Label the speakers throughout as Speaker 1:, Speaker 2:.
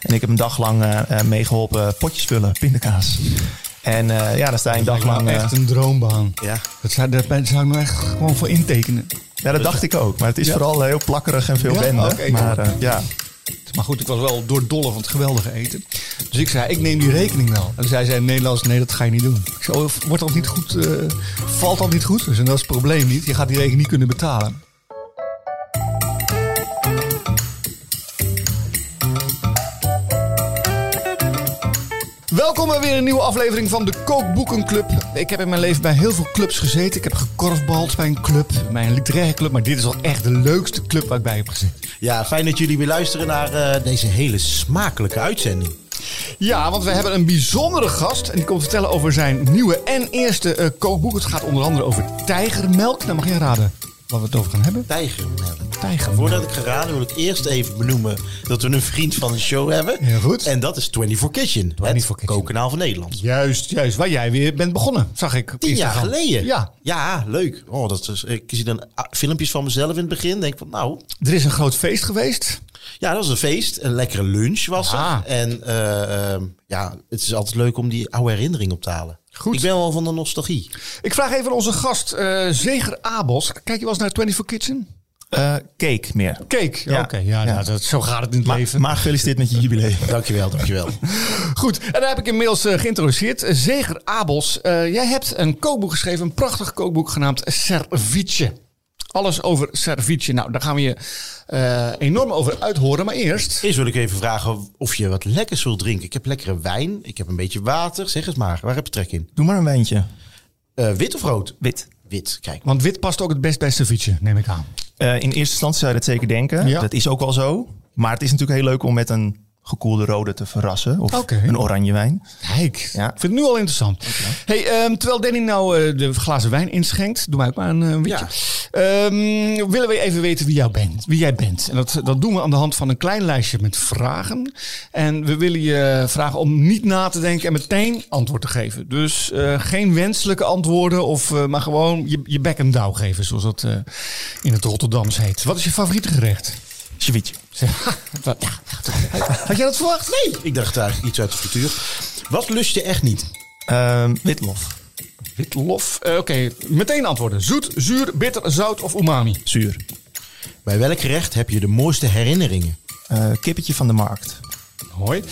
Speaker 1: En ik heb een dag lang eh, eh, meegeholpen potjes vullen, pindakaas. En eh, ja, dan sta je een dag lang...
Speaker 2: Nou,
Speaker 1: eh,
Speaker 2: echt een droombaan.
Speaker 3: Ja.
Speaker 2: Dat zou, daar ben- zou ik nou echt gewoon voor intekenen.
Speaker 1: ja, dat dacht ik ook. Maar het is
Speaker 2: Ja.
Speaker 1: vooral eh, heel plakkerig en veel
Speaker 2: Ja,
Speaker 1: bende.
Speaker 2: oké,
Speaker 1: maar
Speaker 2: cool.
Speaker 1: eh, ja,
Speaker 2: Maar goed, ik was wel doordolle van het geweldige eten. Dus ik zei, ik neem die rekening wel. En zij zei in Nederlands, nee, dat ga je niet doen. Ik zei, oh, wordt dat niet goed, eh, valt dat niet goed? Dus en dat is het probleem niet. Je gaat die rekening niet kunnen betalen. Welkom bij weer een nieuwe aflevering van de Kookboekenclub. Ik heb in mijn leven bij heel veel clubs gezeten. Ik heb gekorfbald bij een club, bij een literaire club. Maar dit is wel echt de leukste club waar ik bij heb gezeten.
Speaker 3: ja, fijn dat jullie weer luisteren naar eh, deze hele smakelijke uitzending.
Speaker 2: Ja, want we hebben een bijzondere gast. En die komt vertellen over zijn nieuwe en eerste eh, kookboek. Het gaat onder andere over tijgermelk. Nou mag jij raden wat we het over gaan hebben.
Speaker 3: Tijgermelk.
Speaker 2: Tijgermelk.
Speaker 3: Voordat ik ga raden wil ik eerst even benoemen dat we een vriend van de show hebben.
Speaker 2: Heel goed.
Speaker 3: En dat is 24 Kitchen,
Speaker 2: 24
Speaker 3: het
Speaker 2: Kitchen.
Speaker 3: kookkanaal van Nederland.
Speaker 2: Juist, juist. Waar jij weer bent begonnen, zag ik. op
Speaker 3: Tien jaar
Speaker 2: Instagram.
Speaker 3: geleden.
Speaker 2: Ja.
Speaker 3: Ja, leuk. Oh, dat is, ik zie dan ah, filmpjes van mezelf in het begin. Denk van, nou,
Speaker 2: Er is een groot feest geweest.
Speaker 3: ja, dat was een feest. Een lekkere lunch was
Speaker 2: Ah.
Speaker 3: er. En eh, ehm, ja, het is altijd leuk om die oude herinnering op te halen.
Speaker 2: Goed.
Speaker 3: Ik ben wel van de nostalgie.
Speaker 2: Ik vraag even aan onze gast, eh, Zeger Abels. Kijk je wel eens naar 24 Kitchen?
Speaker 1: eh, cake meer.
Speaker 2: Cake.
Speaker 1: Ja.
Speaker 2: Oké, ja, nou, dat, zo gaat het in het
Speaker 1: Maar,
Speaker 2: leven.
Speaker 1: maar gefeliciteerd met je jubileum.
Speaker 3: Dankjewel, dankjewel.
Speaker 2: Goed, en daar heb ik inmiddels eh, geïntroduceerd. Zeger Abels, eh, jij hebt een kookboek geschreven, een prachtig kookboek genaamd Servietje. Alles over servietje. Nou, daar gaan we je eh, enorm over uithoren. Maar eerst,
Speaker 3: Eerst wil ik even vragen of je wat lekkers wilt drinken. Ik heb lekkere wijn, ik heb een beetje water. Zeg het maar, waar heb je trek in?
Speaker 1: Doe maar een wijntje.
Speaker 3: Eh, wit of rood?
Speaker 1: Wit.
Speaker 3: Wit, kijk.
Speaker 2: want wit past ook het best bij servietje, neem ik aan.
Speaker 1: Eh, in eerste instantie zou je dat zeker denken.
Speaker 2: Ja.
Speaker 1: Dat is ook wel zo. Maar het is natuurlijk heel leuk om met een gekoelde rode te verrassen. Of
Speaker 2: Oké.
Speaker 1: een oranje wijn.
Speaker 2: Kijk,
Speaker 1: Ja.
Speaker 2: ik vind het nu al interessant. Hey, ehm, terwijl Danny nou eh, de glazen wijn inschenkt, doe mij ook maar een eh, witje. Ehm, willen we even weten wie, jou bent, wie jij bent. En dat, dat doen we aan de hand van een klein lijstje met vragen. En we willen je vragen om niet na te denken en meteen antwoord te geven. Dus eh, geen wenselijke antwoorden, of, eh, maar gewoon je, je bek en douw geven, zoals dat eh, in het Rotterdams heet. Wat is je favoriete gerecht?
Speaker 1: Ceviche.
Speaker 2: Zeg, wat- ja, Had jij dat verwacht? Nee.
Speaker 3: Ik dacht eigenlijk iets uit de cultuur. Wat lust je echt niet?
Speaker 1: Ehm, witlof.
Speaker 2: Witlof. Eh, Oké, meteen antwoorden. Zoet, zuur, bitter, zout of umami?
Speaker 1: Zuur.
Speaker 3: Bij welk gerecht heb je de mooiste herinneringen?
Speaker 1: Eh, kippetje van de markt.
Speaker 2: Hoi.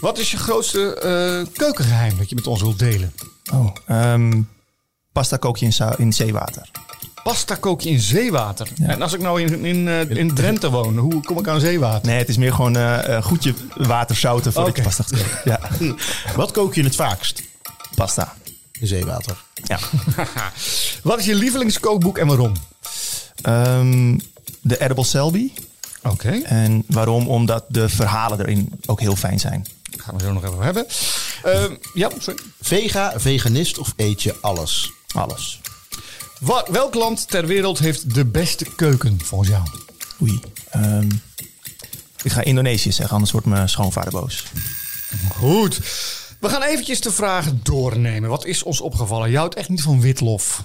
Speaker 2: Wat is je grootste eh, keukengeheim dat je met ons wilt delen?
Speaker 1: Oh. ehm, pasta kook je in, za- in zeewater.
Speaker 2: Pasta kook je in zeewater. En als ik nou in, in, eh, in Drenthe woon, hoe kom ik aan zeewater?
Speaker 1: Nee, het is meer gewoon eh eh, goedje water zouten voordat
Speaker 2: Oké.
Speaker 1: je pasta gaat koken. Ja.
Speaker 3: Wat kook je het vaakst
Speaker 1: Pasta.
Speaker 3: in zeewater?
Speaker 1: Ja.
Speaker 2: Wat is je lievelingskookboek en waarom?
Speaker 1: Ehm, de Edible Selby.
Speaker 2: Oké,
Speaker 1: En waarom? Omdat de verhalen erin ook heel fijn zijn.
Speaker 2: gaan we zo nog even over hebben. Eh, ja, sorry.
Speaker 3: Vega, veganist of eet je alles?
Speaker 1: Alles.
Speaker 2: Wa- welk land ter wereld heeft de beste keuken volgens jou?
Speaker 1: Oei. Ehm, ik ga Indonesië zeggen, anders wordt mijn schoonvader boos.
Speaker 2: Goed. We gaan eventjes de vragen doornemen. Wat is ons opgevallen? Je houdt echt niet van witlof.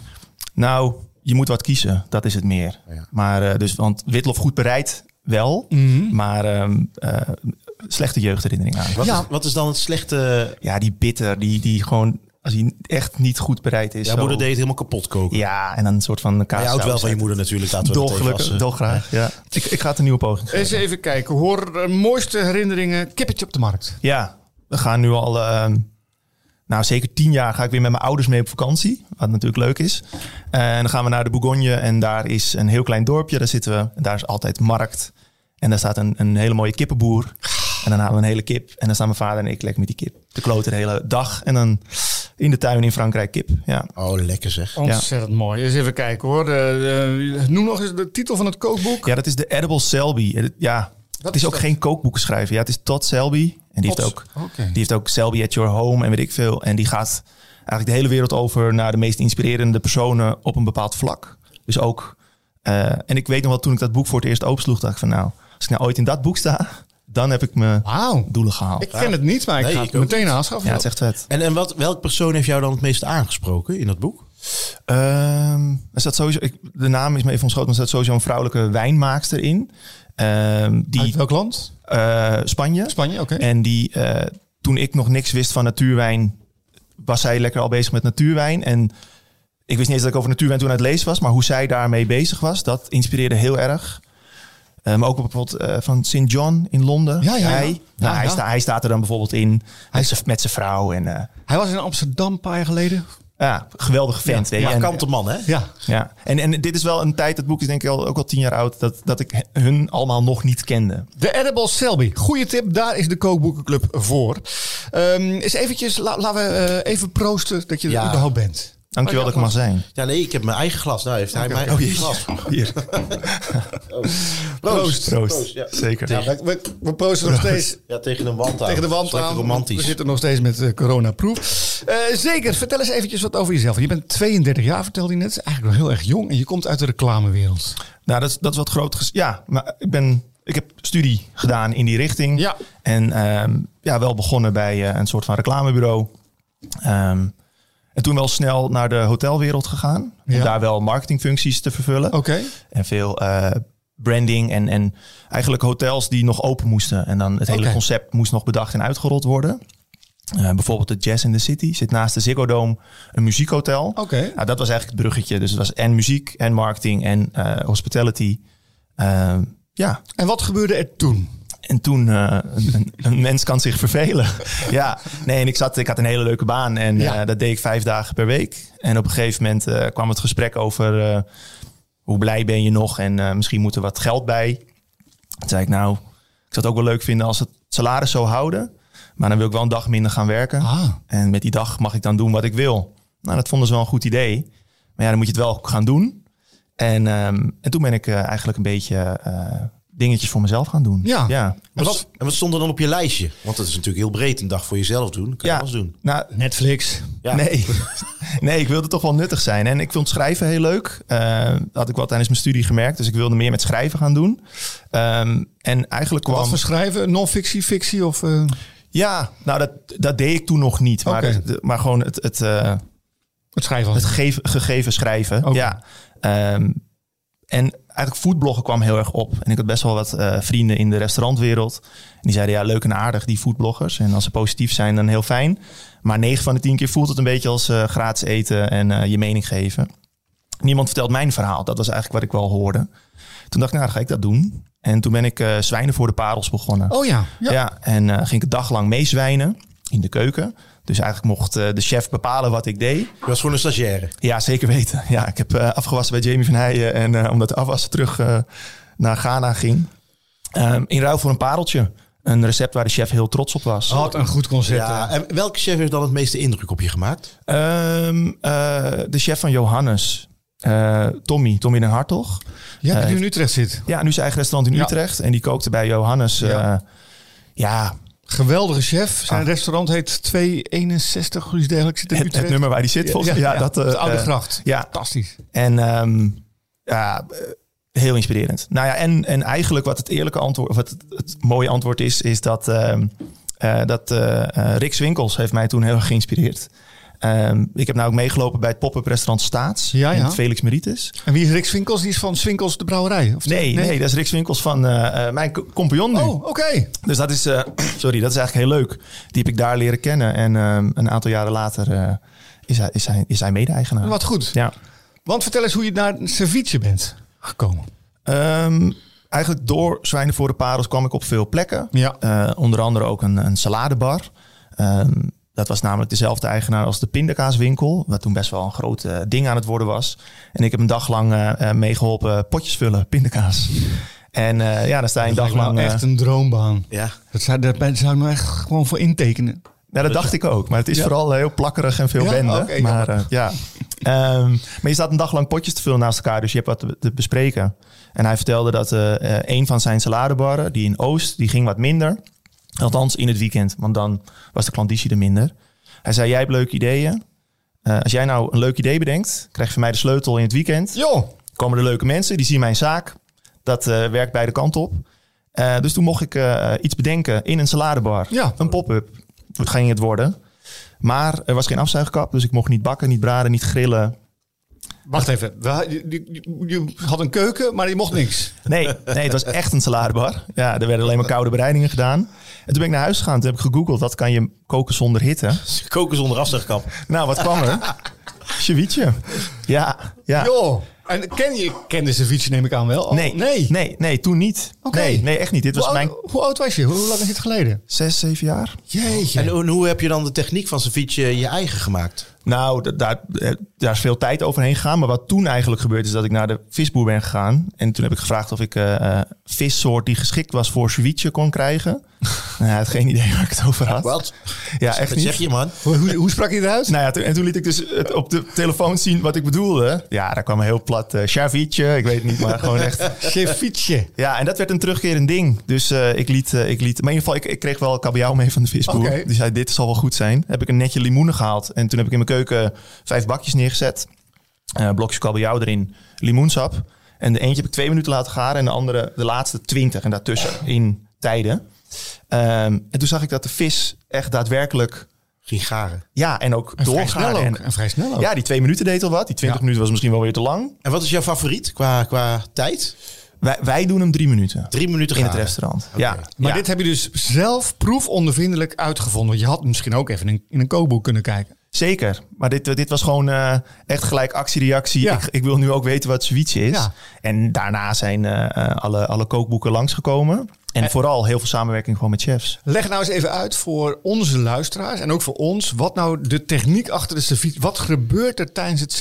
Speaker 1: Nou, je moet wat kiezen, dat is het meer.
Speaker 3: Ja.
Speaker 1: Maar eh, dus, want witlof goed bereid, wel. Maar ehm, eh, slechte jeugdherinnering aan.
Speaker 3: Mhm. Wat,
Speaker 2: Ja.
Speaker 3: is, wat is dan het slechte?
Speaker 1: Ja, die bitter, die, die gewoon, als hij echt niet goed bereid is.
Speaker 3: Jouw
Speaker 1: zo-
Speaker 3: moeder deed het helemaal kapot koken.
Speaker 1: Ja, en dan een soort van kaas.
Speaker 3: Hij houdt wel van je moeder natuurlijk. Laten we dat even
Speaker 1: Dolgelukkig,
Speaker 3: als, eh,
Speaker 1: dolgraag. Ja. Ik, ik ga het een nieuwe poging geven.
Speaker 2: Eens even kijken. Hoor eh, mooiste herinneringen. Kippetje op de markt.
Speaker 1: Ja, we gaan nu al, ehm, nou zeker tien jaar ga ik weer met mijn ouders mee op vakantie. Wat natuurlijk leuk is. en dan gaan we naar de Bourgogne en daar is een heel klein dorpje. Daar zitten we en daar is altijd markt. En daar staat een, een hele mooie kippenboer. En dan halen we een hele kip. En dan staan mijn vader en ik lekker met die kip. De klote de hele dag. En dan in de tuin in Frankrijk kip. Ja.
Speaker 3: Oh, lekker zeg.
Speaker 2: Ontzettend mooi. Eens even kijken hoor. Eh, eh, noem nog eens de titel van het kookboek.
Speaker 1: ja, dat is de Edible Selby. Eh, Ja, het
Speaker 2: is
Speaker 1: is ook
Speaker 2: dat?
Speaker 1: geen kookboeken schrijven. Ja, het is Todd Selby. En die heeft
Speaker 2: Todd,
Speaker 1: ook
Speaker 2: oké.
Speaker 1: Die heeft ook Selby at Your Home en weet ik veel. En die gaat eigenlijk de hele wereld over naar de meest inspirerende personen op een bepaald vlak. Dus ook, eh, en ik weet nog wel toen ik dat boek voor het eerst opensloeg, dacht ik van nou, als ik nou ooit in dat boek sta, dan heb ik mijn
Speaker 2: Wauw.
Speaker 1: doelen gehaald.
Speaker 2: Ik ken het niet, maar ik
Speaker 3: Nee,
Speaker 2: ga
Speaker 3: ik
Speaker 2: het
Speaker 3: ook
Speaker 2: meteen aanschaffen.
Speaker 1: ja, het is echt vet.
Speaker 3: En, en wat, welk persoon heeft jou dan het meest aangesproken in dat boek?
Speaker 1: Ehm, er staat sowieso, ik, de naam is me even ontschoten, maar er staat sowieso een vrouwelijke wijnmaakster in. Ehm, die
Speaker 2: Uit welk land?
Speaker 1: eh, Spanje.
Speaker 2: Spanje, oké.
Speaker 1: En die, eh, toen ik nog niks wist van natuurwijn, was zij lekker al bezig met natuurwijn. En ik wist niet eens dat ik over natuurwijn toen aan het lezen was, maar hoe zij daarmee bezig was, dat inspireerde heel erg. Eh, maar ook bijvoorbeeld eh, van St. John in Londen.
Speaker 2: Ja, ja, ja.
Speaker 1: Hij,
Speaker 2: Ja,
Speaker 1: nou, hij,
Speaker 2: ja.
Speaker 1: sta- hij staat er dan bijvoorbeeld in
Speaker 2: Hij-
Speaker 1: met zijn- met zijn vrouw. En, eh,
Speaker 2: Hij was in Amsterdam een paar jaar geleden.
Speaker 1: ja, geweldige vent. weet je.
Speaker 3: Maar
Speaker 1: En-
Speaker 3: kante man, hè?
Speaker 2: Ja.
Speaker 1: ja, en, en dit is wel een tijd, het boek is denk ik al, ook al tien jaar oud, dat, dat ik hun allemaal nog niet kende.
Speaker 2: De Edible Selby. Goeie tip, daar is de kookboekenclub voor. Ehm is eventjes, la- laten we eh, even proosten dat je er
Speaker 3: Ja.
Speaker 2: überhaupt bent.
Speaker 1: Dankjewel dat ik er mag zijn.
Speaker 3: Ja, nee, ik heb mijn eigen glas. Nou heeft hij mijn
Speaker 1: Oh,
Speaker 3: eigen
Speaker 1: jeetje.
Speaker 3: glas.
Speaker 1: Hier.
Speaker 3: Proost.
Speaker 1: Proost.
Speaker 3: ja.
Speaker 1: Zeker.
Speaker 3: Ja.
Speaker 2: We, we, we proosten nog steeds
Speaker 3: Ja, tegen de wand aan.
Speaker 2: tegen de wand
Speaker 3: Dat is
Speaker 2: aan.
Speaker 3: lekker
Speaker 2: We
Speaker 3: romantisch.
Speaker 2: zitten nog steeds met eh, coronaproof. Eh, zeker, vertel eens eventjes wat over jezelf. Je bent 32 jaar, vertelde je net. Eigenlijk nog heel erg jong en je komt uit de reclamewereld.
Speaker 1: Nou, dat is, dat is wat groot. ges- Ja, maar ik, ben, ik heb studie gedaan in die richting.
Speaker 2: Ja.
Speaker 1: En ehm, ja, wel begonnen bij eh, een soort van reclamebureau. Ehm, en toen wel snel naar de hotelwereld gegaan.
Speaker 2: Ja. Oh.
Speaker 1: Om daar wel marketingfuncties te vervullen.
Speaker 2: Oké.
Speaker 1: En veel eh, branding en, en eigenlijk hotels die nog open moesten. En dan het hele
Speaker 2: Oké.
Speaker 1: concept moest nog bedacht en uitgerold worden. Eh, bijvoorbeeld de Jazz in the City zit naast de Ziggo Dome een muziekhotel.
Speaker 2: Oké.
Speaker 1: Nou, dat was eigenlijk het bruggetje. Dus het was en muziek en marketing en eh, hospitality. Ehm, ja,
Speaker 2: En wat gebeurde er toen?
Speaker 1: en toen, eh, een, een- een mens kan zich vervelen. ja, nee, en ik, zat, ik had een hele leuke baan en
Speaker 2: Ja.
Speaker 1: eh, dat deed ik vijf dagen per week. En op een gegeven moment eh, kwam het gesprek over eh, hoe blij ben je nog en eh, misschien moet er wat geld bij. Toen zei ik nou, ik zou het ook wel leuk vinden als het salaris zou houden. Maar dan wil ik wel een dag minder gaan werken.
Speaker 2: Ah,
Speaker 1: En met die dag mag ik dan doen wat ik wil. Nou, dat vonden ze wel een goed idee. Maar ja, dan moet je het wel gaan doen. En, ehm, en toen ben ik eh, eigenlijk een beetje eh, dingetjes voor mezelf gaan doen.
Speaker 2: Ja.
Speaker 1: ja.
Speaker 3: En wat, en wat stond er dan op je lijstje? Want dat is natuurlijk heel breed. Een dag voor jezelf doen. Kan je alles doen.
Speaker 1: Nou,
Speaker 2: Netflix.
Speaker 3: Ja.
Speaker 1: Nee. nee, ik wilde toch wel nuttig zijn. En ik vond schrijven heel leuk. Eh, dat had ik wel tijdens mijn studie gemerkt. Dus ik wilde meer met schrijven gaan doen. Ehm, en eigenlijk kwam...
Speaker 2: Wat voor schrijven? Non-fictie, fictie of... eh,
Speaker 1: Ja, nou dat, dat deed ik toen nog niet. Maar,
Speaker 2: Oké.
Speaker 1: de- maar gewoon het, het, eh,
Speaker 2: het schrijven.
Speaker 1: het geve- gegeven schrijven.
Speaker 2: Oké.
Speaker 1: Ja. Ehm, en eigenlijk foodbloggen kwam heel erg op. En ik had best wel wat eh, vrienden in de restaurantwereld. En die zeiden, ja, leuk en aardig, die foodbloggers. En als ze positief zijn, dan heel fijn. Maar 9 van de 10 keer voelt het een beetje als eh, gratis eten en eh, je mening geven. Niemand vertelt mijn verhaal. Dat was eigenlijk wat ik wel hoorde. Toen dacht ik, nou, dan ga ik dat doen. En toen ben ik eh, Zwijnen voor de Parels begonnen.
Speaker 2: Oh ja.
Speaker 1: Ja.
Speaker 2: ja.
Speaker 1: en eh, ging ik een dag lang meezwijnen in de keuken. Dus eigenlijk mocht eh, de chef bepalen wat ik deed.
Speaker 3: Je was gewoon een stagiaire.
Speaker 1: Ja, zeker weten. Ja, ik heb eh, afgewassen bij Jamie van Heijen. En eh, omdat de afwassen terug eh, naar Ghana ging. Ehm, in ruil voor een pareltje. Een recept waar de chef heel trots op was.
Speaker 2: Had een goed concept.
Speaker 3: Ja. En welke chef heeft dan het meeste indruk op je gemaakt?
Speaker 1: Ehm, eh, de chef van Johannes. Eh, Tommy, Tommy den Hartog.
Speaker 2: Ja,
Speaker 1: Eh,
Speaker 2: die nu in Utrecht zit.
Speaker 1: Ja, nu zijn eigen restaurant in
Speaker 2: Oh. Ja.
Speaker 1: Utrecht. En die kookte bij Johannes. eh,
Speaker 2: Ja.
Speaker 1: ja,
Speaker 2: Geweldige chef. Zijn
Speaker 1: Ah.
Speaker 2: restaurant heet 261, hoe is het eigenlijk? Zit in
Speaker 1: het, het
Speaker 2: Utrecht.
Speaker 1: nummer waar die zit volgens mij. Ja, dat, eh,
Speaker 2: de Oude
Speaker 1: eh,
Speaker 2: Gracht.
Speaker 1: ja,
Speaker 2: Fantastisch.
Speaker 1: En ehm, ja, eh, heel inspirerend. Nou ja, en, en eigenlijk wat het eerlijke antwoord, of wat het, het mooie antwoord is, is dat, ehm, eh, dat eh, eh, Rick Swinkels heeft mij toen heel erg geïnspireerd. Ehm, ik heb nou ook meegelopen bij het pop-up restaurant Staats
Speaker 2: Ja,
Speaker 1: in
Speaker 2: ja.
Speaker 1: het Felix Meritis.
Speaker 2: En wie is Rick Swinkels? Die is van Swinkels de Brouwerij? Of
Speaker 1: Nee, nee, dat is Rick Swinkels van eh, eh, mijn co- compagnon nu.
Speaker 2: Oh, oké.
Speaker 1: Dus dat is, eh, sorry, dat is eigenlijk heel leuk. Die heb ik daar leren kennen en ehm, een aantal jaren later eh, is hij, is hij, is hij mede-eigenaar.
Speaker 2: Wat goed.
Speaker 1: Ja.
Speaker 2: Want vertel eens hoe je naar een servietje bent gekomen.
Speaker 1: Ehm, eigenlijk door Zwijnen voor de Parels kwam ik op veel plekken.
Speaker 2: Ja.
Speaker 1: Eh, onder andere ook een, een saladebar. Ehm, dat was namelijk dezelfde eigenaar als de pindakaaswinkel. Wat toen best wel een groot eh, ding aan het worden was. En ik heb een dag lang eh, eh, meegeholpen potjes vullen, pindakaas. En eh, ja, dan sta je een dag lang... eh,
Speaker 2: echt een droombaan.
Speaker 3: Ja.
Speaker 2: Dat zou, daar ben- zou ik nou echt gewoon voor intekenen.
Speaker 1: Ja, dat dacht ik ook. Maar het is
Speaker 2: Ja.
Speaker 1: vooral eh, heel plakkerig en veel
Speaker 2: Ja,
Speaker 1: wenden.
Speaker 2: oké,
Speaker 1: maar, eh, ja. Ehm, maar je staat een dag lang potjes te vullen naast elkaar. Dus je hebt wat te- te bespreken. En hij vertelde dat eh, eh, een van zijn saladebarren, die in Oost, die ging wat minder. Althans in het weekend, want dan was de klanditie er minder. Hij zei, jij hebt leuke ideeën. Eh, als jij nou een leuk idee bedenkt, krijg je van mij de sleutel in het weekend.
Speaker 2: Joh.
Speaker 1: Komen er leuke mensen, die zien mijn zaak. Dat eh, werkt beide kanten op. Eh, dus toen mocht ik eh, iets bedenken in een saladebar.
Speaker 2: Ja.
Speaker 1: Een pop-up. Wat ging het worden? Maar er was geen afzuigkap, dus ik mocht niet bakken, niet braden, niet grillen.
Speaker 2: Wacht even, we- je, je- je had een keuken, maar je mocht niks.
Speaker 1: Nee, nee, het was echt een saladebar. Ja, er werden alleen maar koude bereidingen gedaan. En toen ben ik naar huis gegaan. Toen heb ik gegoogeld, wat kan je koken zonder hitte?
Speaker 3: Koken zonder afzegkap.
Speaker 1: Nou, wat kwam er? Ceviche. Ja, ja.
Speaker 2: Joh, en ken je kende ceviche neem ik aan wel? Oh,
Speaker 1: Nee,
Speaker 2: nee.
Speaker 1: nee, nee, toen niet.
Speaker 2: Oké.
Speaker 1: Nee, nee, echt niet. Dit
Speaker 2: Hoe,
Speaker 1: was mijn
Speaker 2: oud, hoe oud was je? Hoe lang is het geleden?
Speaker 1: zes, zeven jaar.
Speaker 2: Jeetje.
Speaker 3: En hoe- hoe heb je dan de techniek van ceviche je eigen gemaakt?
Speaker 1: Nou, da- daar, eh, daar is veel tijd overheen gegaan. Maar wat toen eigenlijk gebeurd is dat ik naar de visboer ben gegaan. En toen heb ik gevraagd of ik eh, eh, vissoort die geschikt was voor ceviche kon krijgen. nou, hij had geen idee waar ik het over had.
Speaker 3: Wat?
Speaker 1: Ja, echt
Speaker 3: Wat
Speaker 1: niet.
Speaker 3: zeg je, man?
Speaker 2: hoe, hoe, hoe sprak je eruit?
Speaker 1: Nou ja, toen- en toen liet ik dus het op de telefoon zien wat ik bedoelde. Ja, daar kwam een heel plat eh chavietje, ik weet het niet, maar gewoon echt...
Speaker 2: Ceviche.
Speaker 1: Ja, en dat werd een terugkerend ding. Dus eh, ik, liet, eh, ik liet... Maar in ieder geval, ik, ik kreeg wel kabeljauw mee van de visboer.
Speaker 2: Oké.
Speaker 1: Die zei, dit zal wel goed zijn. Heb ik een netje limoenen gehaald. En toen heb ik in mijn keuken vijf bakjes neergezet. Eh blokjes kabeljauw erin, limoensap. En de eentje heb ik twee minuten laten garen. En de andere, de laatste twintig. En daartussen in tijden. Ehm, en toen zag ik dat de vis echt daadwerkelijk...
Speaker 3: Gigaren.
Speaker 1: Ja, en ook
Speaker 2: En vrij
Speaker 1: doorgaan.
Speaker 2: snel ook.
Speaker 1: En,
Speaker 2: En vrij snel ook.
Speaker 1: ja, die twee minuten deed al wat. Die twintig
Speaker 2: Ja.
Speaker 1: minuten was misschien wel weer te lang.
Speaker 3: En wat is jouw favoriet qua, qua tijd?
Speaker 1: Wij, wij doen hem drie minuten
Speaker 3: Drie minuten
Speaker 1: in het
Speaker 3: garen.
Speaker 1: restaurant.
Speaker 3: Oké.
Speaker 1: Ja.
Speaker 2: Maar
Speaker 1: Ja.
Speaker 2: dit heb je dus zelf proefondervindelijk uitgevonden. Want Je had misschien ook even in, in een kookboek kunnen kijken.
Speaker 1: Zeker. Maar dit, dit was gewoon eh, echt gelijk actie-reactie.
Speaker 2: Ja.
Speaker 1: Ik, ik wil nu ook weten wat ceviche is.
Speaker 2: Ja.
Speaker 1: En daarna zijn eh, eh, alle, alle kookboeken langsgekomen. En, vooral heel veel samenwerking gewoon met chefs.
Speaker 2: Leg nou eens even uit voor onze luisteraars en ook voor ons. Wat nou de techniek achter de ceviche... Wat gebeurt er tijdens het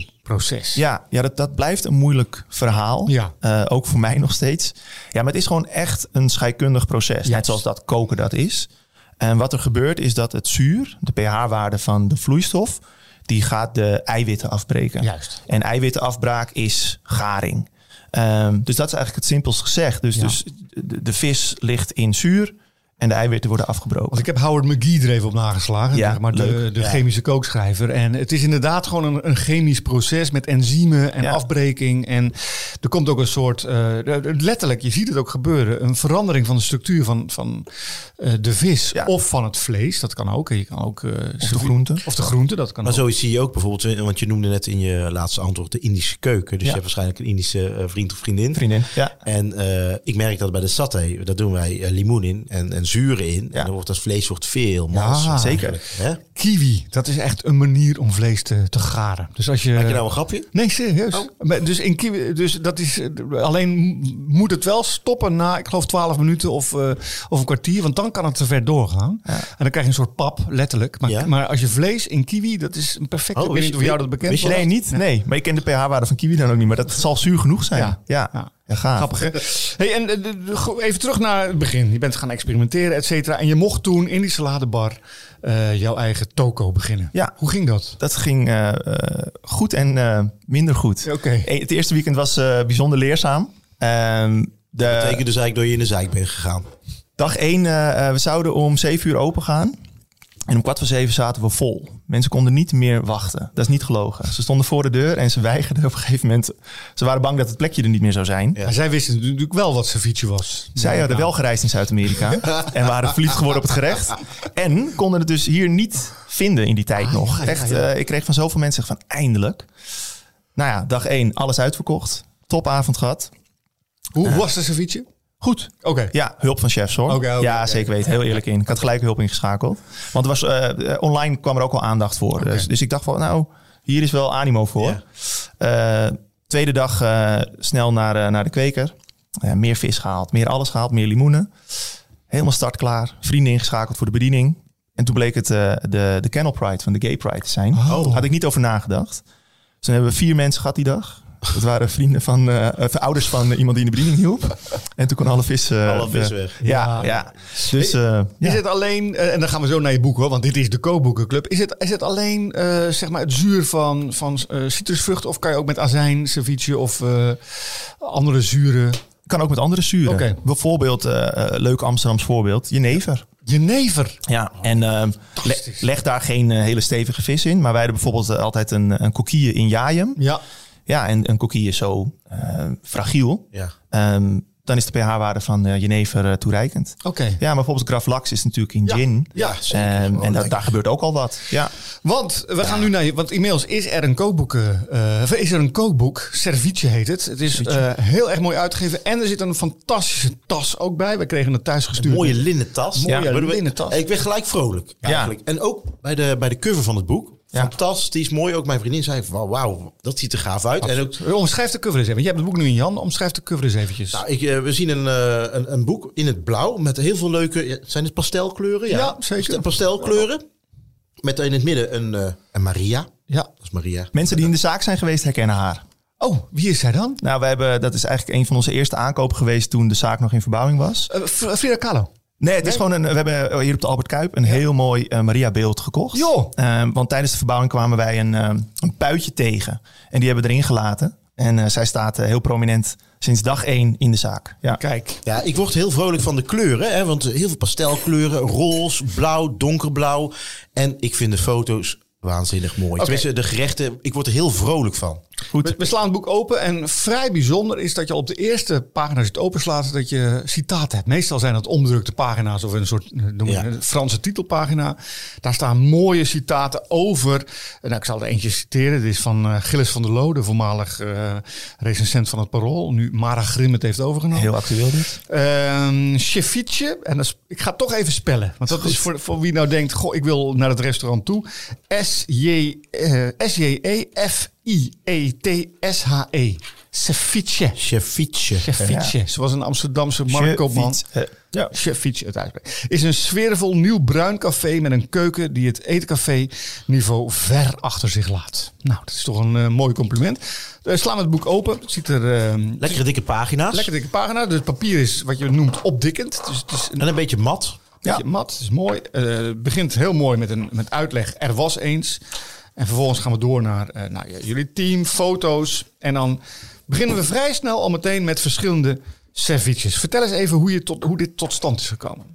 Speaker 2: ceviche-proces?
Speaker 1: Ja, ja dat, dat blijft een moeilijk verhaal.
Speaker 2: Ja.
Speaker 1: Eh, ook voor mij nog steeds. Ja, maar het is gewoon echt een scheikundig proces. Net zoals dat koken dat is. En wat er gebeurt is dat het zuur, de pH-waarde van de vloeistof, die gaat de eiwitten afbreken.
Speaker 2: Juist.
Speaker 1: En eiwittenafbraak is garing. Ehm, dus dat is eigenlijk het simpelst gezegd. Dus,
Speaker 2: Ja.
Speaker 1: dus de, de vis ligt in zuur en de eiwitten worden afgebroken.
Speaker 2: Want ik heb Howard McGee er even op nageslagen,
Speaker 1: Ja,
Speaker 2: zeg maar de,
Speaker 1: leuk.
Speaker 2: de chemische kookschrijver. En het is inderdaad gewoon een, een chemisch proces met enzymen en
Speaker 1: Ja.
Speaker 2: afbreking. En er komt ook een soort, eh, letterlijk, je ziet het ook gebeuren, een verandering van de structuur van, van eh, de vis
Speaker 1: Ja.
Speaker 2: of van het vlees. Dat kan ook. En Je kan ook eh, servi-
Speaker 1: groenten.
Speaker 2: Of de groente, dat kan
Speaker 3: Maar
Speaker 2: ook.
Speaker 3: zoiets zie je ook bijvoorbeeld, eh, want je noemde net in je laatste antwoord de Indische keuken. Dus je
Speaker 1: Ja.
Speaker 3: hebt waarschijnlijk een Indische eh, vriend of vriendin.
Speaker 1: Vriendin. Ja.
Speaker 3: En eh, ik merk dat bij de saté, daar doen wij eh, limoen in en, en zuren in. En dan wordt dat vlees wordt veel malser.
Speaker 2: Ja,
Speaker 1: zeker.
Speaker 3: Hè?
Speaker 2: Kiwi, dat is echt een manier om vlees te, te garen. Dus als je...
Speaker 3: Maak je nou een grapje?
Speaker 2: Nee, serieus. Maar Dus, in Kiwi, dus dat is eh, alleen m- moet het wel stoppen na, ik geloof, 12 minuten of, eh, of een kwartier. Want dan kan het te ver doorgaan. En dan krijg je een soort pap, letterlijk. Maar,
Speaker 3: Ja.
Speaker 2: maar als je vlees in kiwi, dat is een perfecte.
Speaker 3: Oh,
Speaker 2: ik weet
Speaker 3: wist-
Speaker 2: niet of jou dat bekend
Speaker 3: wist
Speaker 2: is.
Speaker 3: je-
Speaker 1: Nee, niet. Nee. Maar ik ken de pH-waarde van kiwi dan ook niet. Maar dat zal zuur genoeg zijn.
Speaker 2: Ja.
Speaker 1: Ja, ja.
Speaker 2: Ja.
Speaker 1: gaaf.
Speaker 2: Grappig, hè? Hey, en eh, de- de- go- even terug naar het begin. Je bent gaan experimenteren, et cetera. En je mocht toen in die saladebar eh, jouw eigen toko beginnen.
Speaker 1: Ja.
Speaker 2: Hoe ging dat?
Speaker 1: Dat ging eh, eh, goed en eh, minder goed.
Speaker 2: Oké.
Speaker 1: Eh, Het eerste weekend was eh, bijzonder leerzaam. Ehm,
Speaker 2: eh,
Speaker 3: Dat
Speaker 1: de,
Speaker 3: betekent dus eigenlijk dat je in de zijk bent gegaan.
Speaker 1: dag één, eh, eh, we zouden om zeven uur open gaan. En om kwart voor zeven zaten we vol. Mensen konden niet meer wachten. Dat is niet gelogen. Ze stonden voor de deur en ze weigerden op een gegeven moment. Ze waren bang dat het plekje er niet meer zou zijn.
Speaker 3: Ja.
Speaker 2: Maar zij wisten natuurlijk wel wat ceviche was.
Speaker 1: Zij hadden wel gereisd in Zuid-Amerika en waren verliefd geworden op het gerecht. En konden het dus hier niet vinden in die tijd nog. Echt, eh, ik kreeg van zoveel mensen echt van eindelijk. Nou ja, dag één, alles uitverkocht. Topavond gehad.
Speaker 2: Hoe was de ceviche?
Speaker 1: Goed.
Speaker 2: Oké.
Speaker 1: Ja, hulp van chefs hoor.
Speaker 2: Oké, oké,
Speaker 1: ja,
Speaker 2: oké.
Speaker 1: zeker weten. Heel eerlijk in. Ik had gelijk hulp ingeschakeld. Want er was, eh, eh, online kwam er ook al aandacht voor. Dus, dus ik dacht van, nou, hier is wel animo voor. Eh, tweede dag eh, snel naar, eh, naar de kweker. Eh, meer vis gehaald, meer alles gehaald, meer limoenen. Helemaal startklaar. Vrienden ingeschakeld voor de bediening. En toen bleek het eh, de, de Kennel Pride van de Gay Pride te zijn.
Speaker 2: Oh.
Speaker 1: Had ik niet over nagedacht. Dus toen hebben we vier mensen gehad die dag. Dat waren vrienden van, eh, of ouders van eh, iemand die in de bediening hielp. En toen kon alle vis... eh,
Speaker 3: Alle vis
Speaker 1: de-
Speaker 3: weg.
Speaker 1: Ja, ja. Dus eh, ja.
Speaker 2: Is het alleen, eh, en dan gaan we zo naar je boek hoor, want dit is de kookboekenclub. Is het, is het alleen eh, zeg maar het zuur van, van eh, citrusvruchten of kan je ook met azijn, ceviche of eh, andere zuren?
Speaker 1: kan ook met andere zuren.
Speaker 2: Oké.
Speaker 1: Bijvoorbeeld, eh, eh, leuk Amsterdams voorbeeld, jenever.
Speaker 2: Jenever.
Speaker 1: Ja, en ehm, le- leg daar geen eh, hele stevige vis in. Maar wij hebben bijvoorbeeld eh, altijd een, een kokkie in jajem.
Speaker 2: Ja.
Speaker 1: Ja, en een kokkie is zo eh, fragiel.
Speaker 3: Ja.
Speaker 1: Ehm, dan is de pH-waarde van eh, jenever eh, toereikend.
Speaker 2: Oké.
Speaker 1: Ja, maar bijvoorbeeld Gravlax is natuurlijk in
Speaker 2: Ja,
Speaker 1: gin.
Speaker 2: ja,
Speaker 1: Ehm,
Speaker 2: zeker. Oh,
Speaker 1: en da- daar gebeurt ook al wat. Ja.
Speaker 2: Want we gaan nu naar. Want inmiddels is er een kookboek. eh, of is er een kookboek. Servietje heet het. Het is eh, heel erg mooi uitgegeven. En er zit een fantastische tas ook bij. We kregen het thuis gestuurd.
Speaker 3: Mooie linnen tas.
Speaker 2: Mooie
Speaker 3: Maar we-
Speaker 2: linnen tas.
Speaker 3: Ik werd gelijk vrolijk. Eigenlijk. En ook bij de, bij de cover van het boek.
Speaker 1: Ja.
Speaker 3: Fantastisch, mooi. Ook mijn vriendin zei, wauw, wauw dat ziet er gaaf uit. En ook,
Speaker 2: Omschrijf de cover eens even. Je hebt het boek nu in Jan. Omschrijf de cover eens eventjes.
Speaker 3: nou, ik, eh, we zien een, eh, een, een boek in het blauw met heel veel leuke... ja, Zijn het pastelkleuren? Ja,
Speaker 2: Ja, zeker.
Speaker 3: Pastel- Pastelkleuren. Met in het midden een, eh, een Maria.
Speaker 2: ja.
Speaker 3: Dat is Maria.
Speaker 1: Mensen die in de zaak zijn geweest herkennen haar.
Speaker 2: Oh, wie is zij dan?
Speaker 1: Nou, we hebben, dat is eigenlijk een van onze eerste aankopen geweest toen de zaak nog in verbouwing was.
Speaker 2: Eh, Fr- Frida Kahlo.
Speaker 1: Nee, het is gewoon een. We hebben hier op de Albert Kuip een heel mooi eh, Maria-beeld gekocht.
Speaker 2: Joh.
Speaker 1: Ehm, want tijdens de verbouwing kwamen wij een, ehm, een puitje tegen. En die hebben we erin gelaten. En eh, zij staat eh, heel prominent sinds dag één in de zaak. Ja.
Speaker 2: Kijk.
Speaker 3: Ja, ik word heel vrolijk van de kleuren. Hè, want heel veel pastelkleuren. Roze, blauw, donkerblauw. En ik vind de foto's waanzinnig mooi. Tenminste, de gerechten. Ik word er heel vrolijk van.
Speaker 2: We, we slaan het boek open en vrij bijzonder is dat je op de eerste pagina als je het openslaat dat je citaten hebt. Meestal zijn dat omdrukte pagina's of een soort eh, noem
Speaker 3: Ja.
Speaker 2: het, een Franse titelpagina. Daar staan mooie citaten over. eh, Nou, ik zal er eentje citeren. Dit is van eh, Gilles van der Lode, voormalig eh, recensent van het Parool. Nu Mara Grim het heeft overgenomen.
Speaker 1: Heel actueel dit.
Speaker 2: Ehm Chefietje, en dat is- ik ga het toch even spellen. Want dat is voor, voor wie nou denkt, goh, ik wil naar het restaurant toe. eh, E S-J-E-F-I-E-T-S-H-E. Ceviche.
Speaker 3: Ceviche.
Speaker 2: Ceviche, E. zoals een Amsterdamse marktkoopman.
Speaker 1: Je fiets, eh, ja.
Speaker 2: Ceviche het uitspreekt. Is een sfeervol nieuw bruin café met een keuken die het etencafé niveau ver achter zich laat. Nou, dat is toch een eh, mooi compliment. Eh, slaan we het boek open. Het ziet er ehm,
Speaker 3: Lekkere dikke pagina's.
Speaker 2: Lekker dikke pagina. Dus het papier is wat je noemt opdikkend. Dus het is een
Speaker 3: En een beetje mat.
Speaker 2: beetje mat. Het is mooi. Eh, Het begint heel mooi met, een, met uitleg. Er was eens. En vervolgens gaan we door naar eh, nou, ja, jullie team, foto's. En dan beginnen we vrij snel al meteen met verschillende servietjes. Vertel eens even hoe, je tot, hoe dit tot stand is gekomen.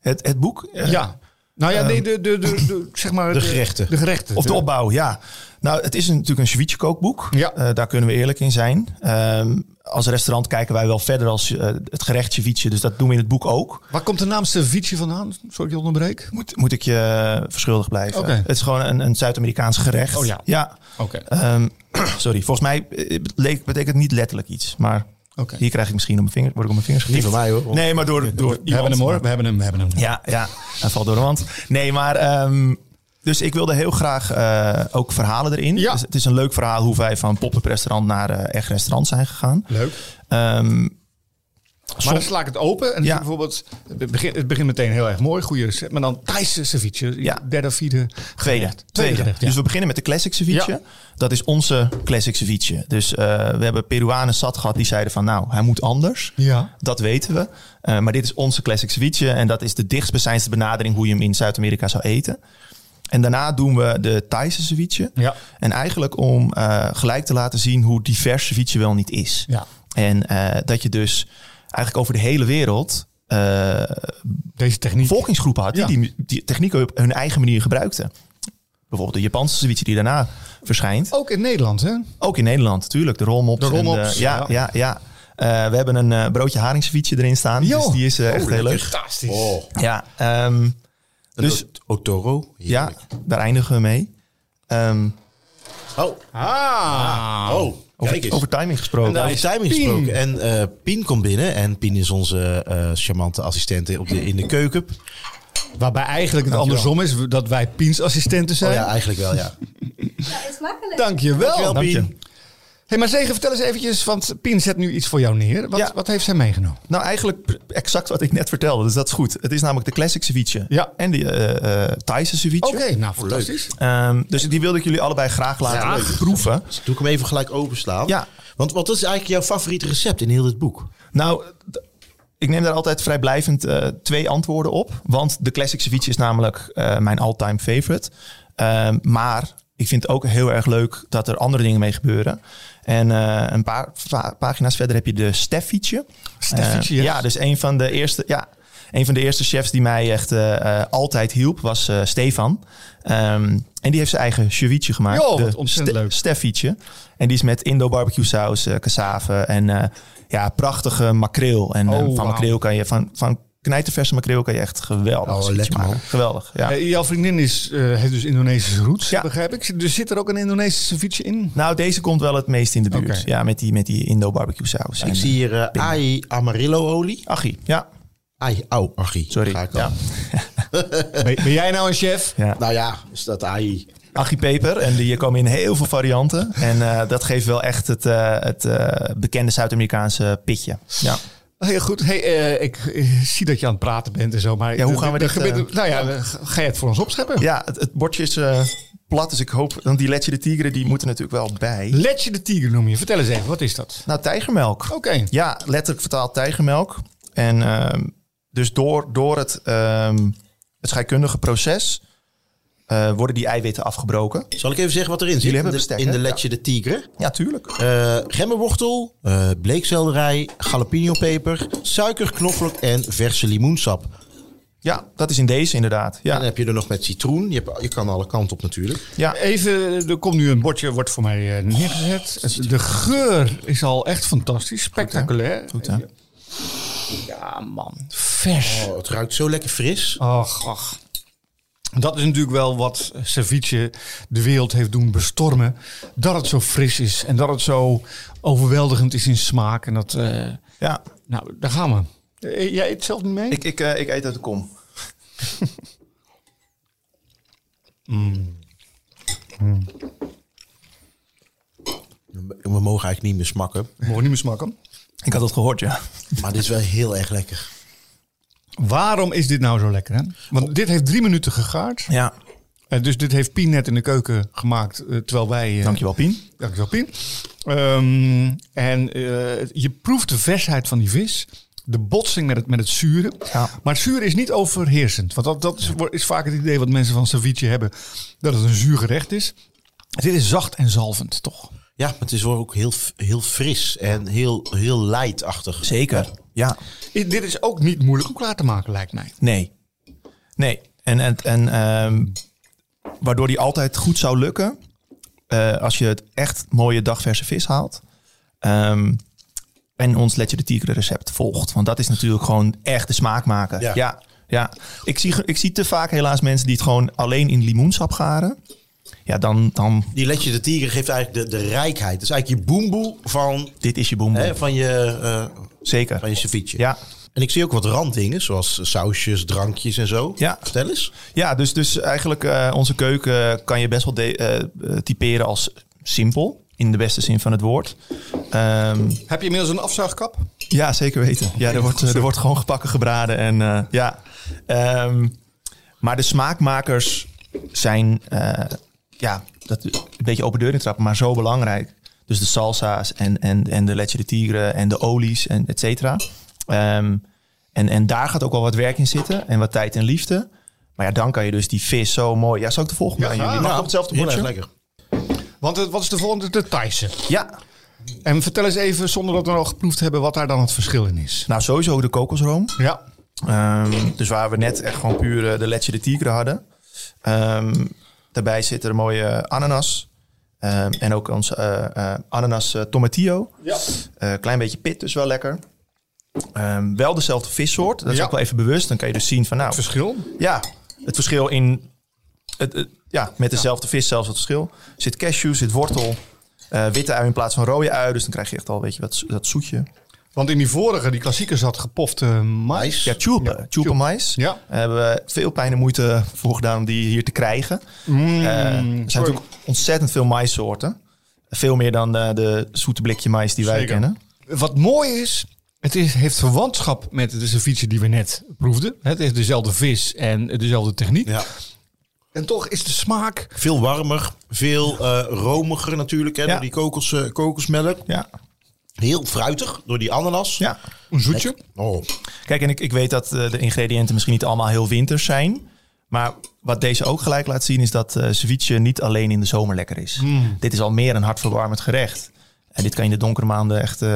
Speaker 1: Het, het boek? eh,
Speaker 2: ja. Nou ja, nee, de, de, de, de, zeg maar
Speaker 3: de gerechten.
Speaker 2: De gerechten.
Speaker 1: Of de opbouw, ja. Nou, het is een- natuurlijk een ceviche kookboek.
Speaker 2: Ja.
Speaker 1: Eh, daar kunnen we eerlijk in zijn. Ehm, als restaurant kijken wij wel verder als eh, het gerecht ceviche. Dus dat doen we in het boek ook.
Speaker 2: Waar komt de naam servietje vandaan? Sorry dat ik je onderbreek.
Speaker 1: Moet, moet ik je verschuldigd blijven.
Speaker 2: Oké.
Speaker 1: Het is gewoon een, een Zuid-Amerikaans gerecht.
Speaker 2: Oh ja.
Speaker 1: ja.
Speaker 2: Oké.
Speaker 1: Ehm, sorry, volgens mij eh, betek- betekent het niet letterlijk iets. Maar
Speaker 2: Oké.
Speaker 1: hier krijg ik misschien op mijn vingers, word ik op mijn vingers
Speaker 3: Niet
Speaker 1: getikt.
Speaker 3: van mij hoor.
Speaker 1: Nee, maar door, door
Speaker 2: We hebben
Speaker 1: iemand.
Speaker 2: hem hoor. We hebben hem. We hebben hem.
Speaker 1: Ja, ja, hij valt door de wand. Nee, maar ehm, dus ik wilde heel graag eh, ook verhalen erin.
Speaker 2: Ja.
Speaker 1: Dus het is een leuk verhaal hoe wij van pop-up restaurant naar eh, echt restaurant zijn gegaan.
Speaker 2: Leuk.
Speaker 1: Ehm,
Speaker 2: Maar dan sla ik het open en
Speaker 1: Ja.
Speaker 2: bijvoorbeeld, het begint, het begint meteen heel erg mooi, goede recept. Maar dan Thaise ceviche,
Speaker 1: Ja.
Speaker 2: derde of vierde
Speaker 1: Tweede.
Speaker 2: gerecht.
Speaker 1: Tweede.
Speaker 2: gerecht, ja.
Speaker 1: Dus we beginnen met de classic ceviche.
Speaker 2: Ja.
Speaker 1: Dat is onze classic ceviche. Dus eh, we hebben Peruanen zat gehad die zeiden van nou, hij moet anders.
Speaker 2: Ja.
Speaker 1: Dat weten we. Eh, maar dit is onze classic ceviche. En dat is de dichtstbijzijnde benadering hoe je hem in Zuid-Amerika zou eten. En daarna doen we de Thaise ceviche.
Speaker 2: Ja.
Speaker 1: En eigenlijk om eh, gelijk te laten zien hoe divers ceviche wel niet is.
Speaker 2: Ja.
Speaker 1: En eh, dat je dus eigenlijk over de hele wereld eh,
Speaker 2: Deze techniek.
Speaker 1: bevolkingsgroepen had die,
Speaker 2: Ja.
Speaker 1: die die technieken op hun eigen manier gebruikten. Bijvoorbeeld de Japanse ceviche die daarna verschijnt.
Speaker 2: Ook in Nederland, hè?
Speaker 1: Ook in Nederland, natuurlijk. De rolmops.
Speaker 2: De
Speaker 1: en
Speaker 2: rolmops,
Speaker 1: ja, ja, ja. Eh, we hebben een eh, broodje haringsceviche erin staan.
Speaker 2: Jo.
Speaker 1: Dus die is eh, echt heel leuk.
Speaker 2: Fantastisch.
Speaker 3: Oh.
Speaker 1: Ja, ehm,
Speaker 3: Dus
Speaker 1: dus
Speaker 3: Otoro.
Speaker 1: ja,
Speaker 3: Heerlijk.
Speaker 1: daar eindigen we mee. Ehm,
Speaker 3: Oh.
Speaker 2: Ah.
Speaker 3: Oh. Kijk
Speaker 1: over,
Speaker 3: eens.
Speaker 1: over timing gesproken.
Speaker 3: Over timing
Speaker 2: Pien.
Speaker 3: gesproken. En eh, Pien komt binnen. En Pien is onze eh, charmante assistente op de, in de keuken. Oh
Speaker 2: Waarbij eigenlijk het andersom is dat wij Piens assistenten
Speaker 3: Oh
Speaker 2: zijn.
Speaker 3: ja, eigenlijk wel ja.
Speaker 4: Nou,
Speaker 5: is makkelijk.
Speaker 2: Dankjewel.
Speaker 3: Dankjewel,
Speaker 1: dank je.
Speaker 3: Pien.
Speaker 2: Hey, maar Zegen, vertel eens eventjes, want Pien zet nu iets voor jou neer. Wat,
Speaker 1: Ja.
Speaker 2: wat heeft zij meegenomen?
Speaker 1: Nou, eigenlijk pr- exact wat ik net vertelde. Dus dat is goed. Het is namelijk de classic ceviche.
Speaker 2: Ja.
Speaker 1: En de eh eh Thaise ceviche.
Speaker 2: Oké, nou fantastisch.
Speaker 1: Ehm, dus die wilde ik jullie allebei graag laten proeven.
Speaker 3: Dus doe ik hem even gelijk openslaan.
Speaker 1: Ja.
Speaker 3: Want wat is eigenlijk jouw favoriete recept in heel dit boek?
Speaker 1: Nou, d- ik neem daar altijd vrijblijvend eh, twee antwoorden op. Want de classic ceviche is namelijk eh, mijn all-time favorite. Ehm, maar ik vind het ook heel erg leuk dat er andere dingen mee gebeuren. En eh, een paar va- pagina's verder heb je de steffietje.
Speaker 2: Steffietje,
Speaker 1: Eh,
Speaker 2: ja.
Speaker 1: ja, dus een van de eerste... Ja, Een van de eerste chefs die mij echt eh, eh, altijd hielp was eh, Stefan. Ehm, en die heeft zijn eigen ceviche gemaakt.
Speaker 2: Joh,
Speaker 1: de
Speaker 2: wat ontzettend leuk.
Speaker 1: Steffietje. En die is met Indo barbecue saus, eh cassave en eh, ja, prachtige makreel. En eh,
Speaker 2: Oh,
Speaker 1: van
Speaker 2: wauw.
Speaker 1: makreel kan je, van, van knijterverse makreel kan je echt geweldig
Speaker 3: Oh,
Speaker 1: ceviche
Speaker 3: lekker, man.
Speaker 1: maken. Geweldig, ja.
Speaker 2: Eh, jouw vriendin is, eh, heeft dus Indonesische roots,
Speaker 1: Ja.
Speaker 2: begrijp ik. Dus zit er ook een Indonesische ceviche in?
Speaker 1: Nou, deze komt wel het meest in de buurt.
Speaker 2: Oké.
Speaker 1: Ja, met die, met die Indo barbecue saus.
Speaker 3: Ik
Speaker 1: En, eh,
Speaker 3: zie hier eh AI Amarillo olie.
Speaker 1: Achie, ja.
Speaker 3: AI, au, Achie.
Speaker 1: Sorry.
Speaker 3: Ga ik al.
Speaker 1: ja.
Speaker 2: Ben, ben jij nou een chef?
Speaker 1: Ja.
Speaker 3: Nou ja, is dat AI.
Speaker 1: Achipeper. En die komen in heel veel varianten. En eh, dat geeft wel echt het, eh, het eh, bekende Zuid-Amerikaanse pitje. Ja.
Speaker 2: Heel goed. Hey, eh, ik eh, zie dat je aan het praten bent en zo. Maar
Speaker 1: Ja, hoe gaan we
Speaker 2: er
Speaker 1: dit,
Speaker 2: gebeurt-
Speaker 1: eh,
Speaker 2: nou ja, eh, ga ga jij het voor ons opscheppen?
Speaker 1: ja, het, het bordje is eh, plat. Dus ik hoop... Want die Letje de Tigre, die moeten natuurlijk wel bij.
Speaker 2: Letje de Tiger noem je. Vertel eens even, wat is dat?
Speaker 1: Nou, tijgermelk.
Speaker 2: Oké.
Speaker 1: Ja, letterlijk vertaald tijgermelk. En ehm, dus door, door het, ehm, het scheikundige proces... eh, worden die eiwitten afgebroken.
Speaker 3: Zal ik even zeggen wat erin zit?
Speaker 1: Jullie hebben
Speaker 3: In de-
Speaker 1: bestek,
Speaker 3: In de
Speaker 1: hè?
Speaker 3: letje de tiger.
Speaker 1: Ja, tuurlijk.
Speaker 3: Eh gemmenwortel, eh, bleekselderij, jalapenopeper, suiker, knoflook en verse limoensap.
Speaker 1: Ja, dat is in deze inderdaad.
Speaker 3: En dan
Speaker 1: Ja,
Speaker 3: heb je er nog met citroen. Je, hebt, je kan alle kanten op natuurlijk.
Speaker 1: ja.
Speaker 2: Even, er komt nu een bordje, wordt voor mij eh, neergezet. Het- De geur is al echt fantastisch, spectaculair.
Speaker 1: Goed, hè?
Speaker 2: Ja, man. Vers.
Speaker 3: Oh, het ruikt zo lekker fris.
Speaker 2: Ach, ach. Dat is natuurlijk wel wat ceviche de wereld heeft doen bestormen. Dat het zo fris is en dat het zo overweldigend is in smaak. En dat, eh,
Speaker 1: ja.
Speaker 2: nou, daar gaan we. Eh, Jij eet zelf niet mee?
Speaker 1: Ik, ik, eh, ik eet uit de kom.
Speaker 3: We mogen eigenlijk niet meer smakken.
Speaker 2: Mogen niet meer smakken.
Speaker 1: Ik had dat gehoord, ja.
Speaker 3: Maar dit is wel heel erg lekker.
Speaker 2: Waarom is dit nou zo lekker? Hè? Want dit heeft drie minuten gegaard.
Speaker 1: Ja,
Speaker 2: Eh, dus dit heeft Pien net in de keuken gemaakt. eh, terwijl wij. eh,
Speaker 1: dankjewel Pien.
Speaker 2: Dankjewel, Pien. Ehm, en eh, je proeft de versheid van die vis. De botsing met het, met het zure.
Speaker 1: Ja.
Speaker 2: Maar het zure is niet overheersend. Want dat, dat is, wo- is vaak het idee wat mensen van ceviche hebben. Dat het een zuur gerecht is. Dit is zacht en zalvend, toch?
Speaker 3: Ja, maar het is wel ook heel, f- heel fris en heel, heel light-achtig.
Speaker 1: Zeker, ja.
Speaker 2: I- dit is ook niet moeilijk om klaar te maken, lijkt mij.
Speaker 1: Nee. Nee. En, en, en ehm, waardoor die altijd goed zou lukken... eh, als je het echt mooie dagverse vis haalt... ehm, en ons Letje de Tigre recept volgt. Want dat is natuurlijk gewoon echt de smaak maken.
Speaker 3: Ja.
Speaker 1: Ja. ja, Ik, zie, ge- ik zie te vaak helaas mensen die het gewoon alleen in limoensap garen. Ja, dan... dan
Speaker 3: Die letje de tiger geeft eigenlijk de, de rijkheid. Het is eigenlijk je boemboe van,
Speaker 1: dit is je boemboe.
Speaker 3: hè, van, je, eh,
Speaker 1: Zeker.
Speaker 3: van je ceviche.
Speaker 1: Ja.
Speaker 3: En ik zie ook wat randdingen, zoals sausjes, drankjes en zo.
Speaker 1: Ja.
Speaker 3: Vertel eens.
Speaker 1: Ja, dus, dus eigenlijk eh, onze keuken kan je best wel de- eh, eh, typeren als simpel. In de beste zin van het woord. Ehm,
Speaker 2: Heb je inmiddels een afzuigkap?
Speaker 1: ja, zeker weten. Ja, er wordt, eh, er wordt gewoon gebakken, gebraden. En, eh, ja. Ehm, maar de smaakmakers zijn, eh, ja, dat, een beetje open deur intrappen, maar zo belangrijk. Dus de salsa's en, en, en de leche de tigre en de olies en et cetera. Ehm, en, en daar gaat ook wel wat werk in zitten en wat tijd en liefde. Maar ja, dan kan je dus die vis zo mooi... Ja, zou ik de volgende
Speaker 3: Ah,
Speaker 1: aan jullie?
Speaker 3: nou,
Speaker 1: Mag ik op hetzelfde
Speaker 3: heel erg
Speaker 1: bordje?
Speaker 3: lekker.
Speaker 2: Want het, wat is de volgende? De Thaise.
Speaker 1: Ja,
Speaker 2: En vertel eens even, zonder dat we al geproefd hebben, wat daar dan het verschil in is.
Speaker 1: nou sowieso de kokosroom.
Speaker 2: Ja.
Speaker 1: Ehm, dus waar we net echt gewoon puur eh, de Letje de Tigre hadden. Ehm, daarbij zit er een mooie ananas. Ehm, en ook ons eh, eh, ananas eh, tomatillo.
Speaker 2: Ja.
Speaker 1: Eh, klein beetje pit, dus wel lekker. Ehm, wel dezelfde vissoort. Dat is
Speaker 2: Ja.
Speaker 1: ook wel even bewust. Dan kan je dus zien van nou,
Speaker 2: Verschil?
Speaker 1: ja, het verschil in... Het, het- ja, met dezelfde vis zelfs het verschil. Zit cashew, zit wortel. eh, witte ui in plaats van rode ui. Dus dan krijg je echt al, weet je, wat, zo- dat zoetje.
Speaker 2: Want in die vorige, die klassieker, zat gepofte mais.
Speaker 1: Ja, tulpen.
Speaker 2: Ja,
Speaker 1: Tulpen mais.
Speaker 2: Ja.
Speaker 1: Daar hebben we veel pijn en moeite voor gedaan om die hier te krijgen.
Speaker 2: Mm.
Speaker 1: Eh, er zijn
Speaker 2: sorry.
Speaker 1: natuurlijk ontzettend veel maissoorten. Veel meer dan eh, de zoete blikje mais die wij
Speaker 2: Zeker.
Speaker 1: kennen.
Speaker 2: Wat mooi is, het is, heeft verwantschap met de ceviche die we net proefden. Het heeft dezelfde vis en dezelfde techniek.
Speaker 3: Ja.
Speaker 2: En toch is de smaak...
Speaker 3: Veel warmer, veel eh, romiger natuurlijk, hè,
Speaker 1: Ja.
Speaker 3: door die kokos, eh, kokosmelk.
Speaker 1: Ja.
Speaker 3: Heel fruitig, door die ananas.
Speaker 1: ja.
Speaker 2: Een zoetje.
Speaker 3: Oh,
Speaker 1: Kijk, en ik, ik weet dat eh, de ingrediënten misschien niet allemaal heel winters zijn. Maar wat deze ook gelijk laat zien is dat eh ceviche niet alleen in de
Speaker 2: Mm.
Speaker 1: zomer lekker is. Dit is al meer een hartverwarmend gerecht. En dit kan je in de donkere maanden echt eh,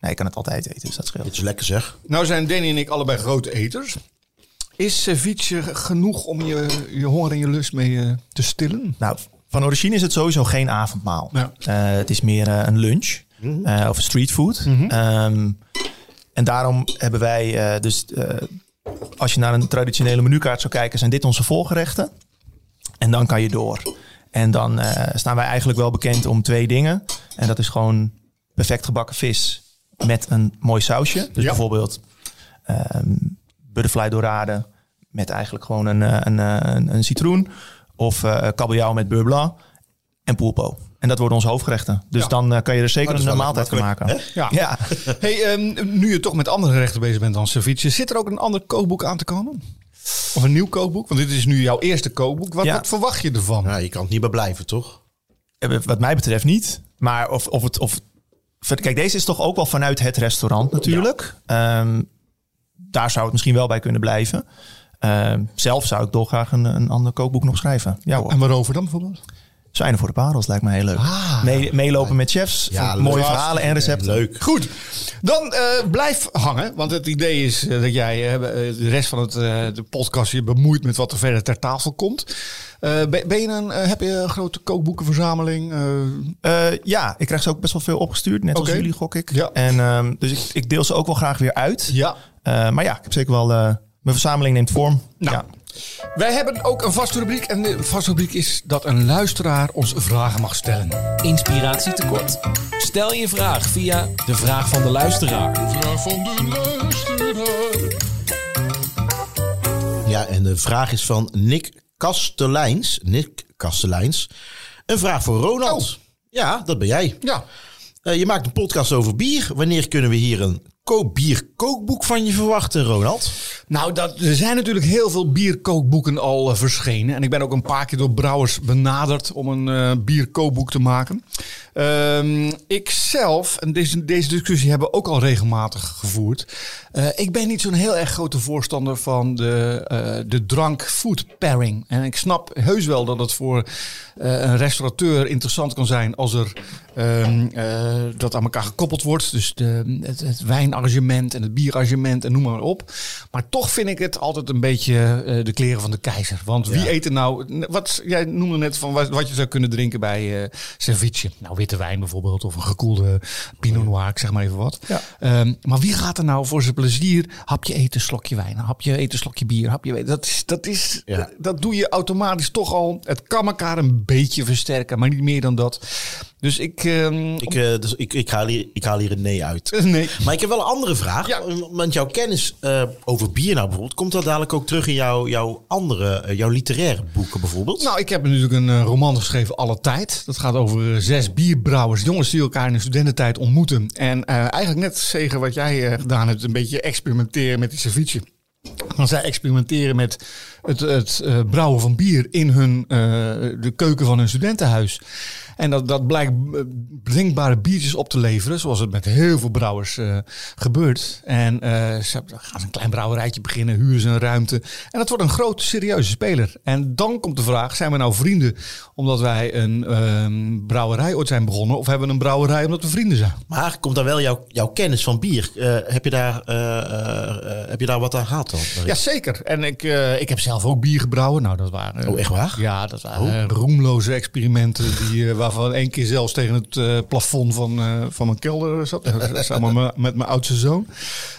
Speaker 1: Nee, ik kan het altijd eten, dus dat
Speaker 3: Dit
Speaker 1: scheelt.
Speaker 3: is lekker zeg.
Speaker 2: Nou zijn Danny en ik allebei grote eters. Is ceviche genoeg om je, je honger en je lust mee eh, te stillen?
Speaker 1: Nou, van origine is het sowieso geen avondmaal.
Speaker 2: Ja.
Speaker 1: Eh, het is meer eh, een lunch eh, of streetfood.
Speaker 2: Mhm.
Speaker 1: Ehm, en daarom hebben wij eh, dus... eh, als je naar een traditionele menukaart zou kijken, zijn dit onze voorgerechten. En dan kan je door. En dan eh, staan wij eigenlijk wel bekend om twee dingen. En dat is gewoon perfect gebakken vis met een mooi sausje. Dus
Speaker 2: Ja.
Speaker 1: bijvoorbeeld ehm butterfly dorade met eigenlijk gewoon een, eh, een, eh, een, een citroen. Of eh kabeljauw met beurre blanc en pulpo. En dat worden onze hoofdgerechten. Dus
Speaker 2: Ja.
Speaker 1: dan eh, kan je er zeker
Speaker 3: dat is
Speaker 1: een
Speaker 3: wel
Speaker 1: maaltijd van maken.
Speaker 2: Ja.
Speaker 1: Ja.
Speaker 2: Hey, ehm, nu je toch met andere gerechten bezig bent dan ceviche, zit er ook een ander kookboek aan te komen? Of een nieuw kookboek? Want dit is nu jouw eerste kookboek. Wat,
Speaker 1: Ja.
Speaker 2: wat verwacht je ervan?
Speaker 3: Nou, je kan het niet bij blijven, toch?
Speaker 1: Eh, Wat mij betreft niet. Maar of, of het. Of, ver- kijk, deze is toch ook wel vanuit het restaurant natuurlijk. Ehm, daar zou het misschien wel bij kunnen blijven. Ehm, zelf zou ik dolgraag een, een ander kookboek nog schrijven. Ja hoor.
Speaker 2: En waarover dan bijvoorbeeld?
Speaker 1: Zwijnen voor de parels lijkt me heel leuk.
Speaker 2: Ah.
Speaker 1: Mee- meelopen met chefs.
Speaker 3: Ja,
Speaker 1: mooie
Speaker 3: leuk.
Speaker 1: verhalen en recepten.
Speaker 3: Leuk.
Speaker 2: Goed, dan eh, blijf hangen. Want het idee is eh, dat jij eh, de rest van het, eh, de podcast je bemoeit met wat er verder ter tafel komt. Eh, ben, ben je een, eh, heb je een grote kookboekenverzameling? Eh,
Speaker 1: Eh, ja, ik krijg ze ook best wel veel opgestuurd. Net
Speaker 2: Oké.
Speaker 1: als jullie, gok ik.
Speaker 2: Ja.
Speaker 1: En, ehm, dus ik, ik deel ze ook wel graag weer uit.
Speaker 2: ja.
Speaker 1: Eh, maar ja, ik heb zeker wel... eh, mijn verzameling neemt vorm.
Speaker 2: Nou,
Speaker 1: Ja.
Speaker 2: Wij hebben ook een vaste rubriek. En de vaste rubriek is dat een luisteraar ons vragen mag stellen.
Speaker 5: Inspiratie tekort. Stel je vraag via de vraag van de luisteraar.
Speaker 3: Ja, en de vraag is van Nick Kastelijns. Nick Kastelijns. Een vraag voor Ronald. Ja, dat ben jij.
Speaker 2: Oh. Ja,
Speaker 3: Eh, je maakt een podcast over bier. Wanneer kunnen we hier een ko- bierkookboek van je verwachten, Ronald?
Speaker 2: Nou, dat, er zijn natuurlijk heel veel bierkookboeken al eh, verschenen. En ik ben ook een paar keer door brouwers benaderd om een eh bierkookboek te maken. Ehm ik zelf, en deze, deze discussie hebben we ook al regelmatig gevoerd. eh, ik ben niet zo'n heel erg grote voorstander van de, eh, de drank-food pairing. En ik snap heus wel dat het voor eh, een restaurateur interessant kan zijn als er ehm, eh, dat aan elkaar gekoppeld wordt. Dus de, het, het wijnarrangement en het bierarrangement en noem maar op. Maar toch vind ik het altijd een beetje eh, de kleren van de keizer. Want wie eet er nou... Wat, jij noemde net van wat, wat je zou kunnen drinken bij eh ceviche. Nou, witte wijn bijvoorbeeld of een gekoelde pinot noir, ik zeg maar even wat.
Speaker 1: Ja.
Speaker 2: Ehm, maar wie gaat er nou voor zijn plezier hapje eten, slokje wijn, hapje eten, slokje bier, hapje... Dat, is, dat, is,
Speaker 3: Ja.
Speaker 2: dat doe je automatisch toch al. Het kan elkaar een beetje versterken, maar niet meer dan dat. Dus ik... ehm,
Speaker 3: Ik, eh, dus ik, ik, haal hier, ik haal hier een nee uit.
Speaker 2: Nee.
Speaker 3: Maar ik heb wel een andere vraag.
Speaker 2: Ja.
Speaker 3: Want jouw kennis eh, over bier nou bijvoorbeeld... komt dat dadelijk ook terug in jouw, jouw andere, eh, jouw literaire boeken bijvoorbeeld?
Speaker 2: Nou, ik heb natuurlijk een eh, roman geschreven, Alle Tijd. Dat gaat over eh, zes bierbrouwers, jongens die elkaar in de studententijd ontmoeten. En eh, eigenlijk net zeggen wat jij eh, gedaan hebt, een beetje experimenteren met die ceviche. Want zij experimenteren met het, het eh, brouwen van bier in hun, eh, de keuken van hun studentenhuis. En dat, dat blijkt eh, drinkbare biertjes op te leveren, zoals het met heel veel brouwers eh, gebeurt. En eh, ze hebben- gaan ze een klein brouwerijtje beginnen, huren ze een ruimte. En dat wordt een groot, serieuze speler. En dan komt de vraag, zijn we nou vrienden omdat wij een ehm, brouwerij ooit zijn begonnen? Of hebben we een brouwerij omdat we vrienden zijn?
Speaker 3: Maar komt daar wel jouw, jouw kennis van bier? eh, heb, je daar, eh, eh, eh, heb je daar wat aan gehad dan?
Speaker 2: Ja, zeker. En ik, eh, ik heb zelf ook bier gebrouwen. Nou, dat waren...
Speaker 3: Oh, echt waar? Oh.
Speaker 2: Ja, dat waren eh, roemloze experimenten die, eh, waarvan één keer zelfs tegen het eh, plafond van, eh, van mijn kelder zat. samen met- met mijn oudste zoon.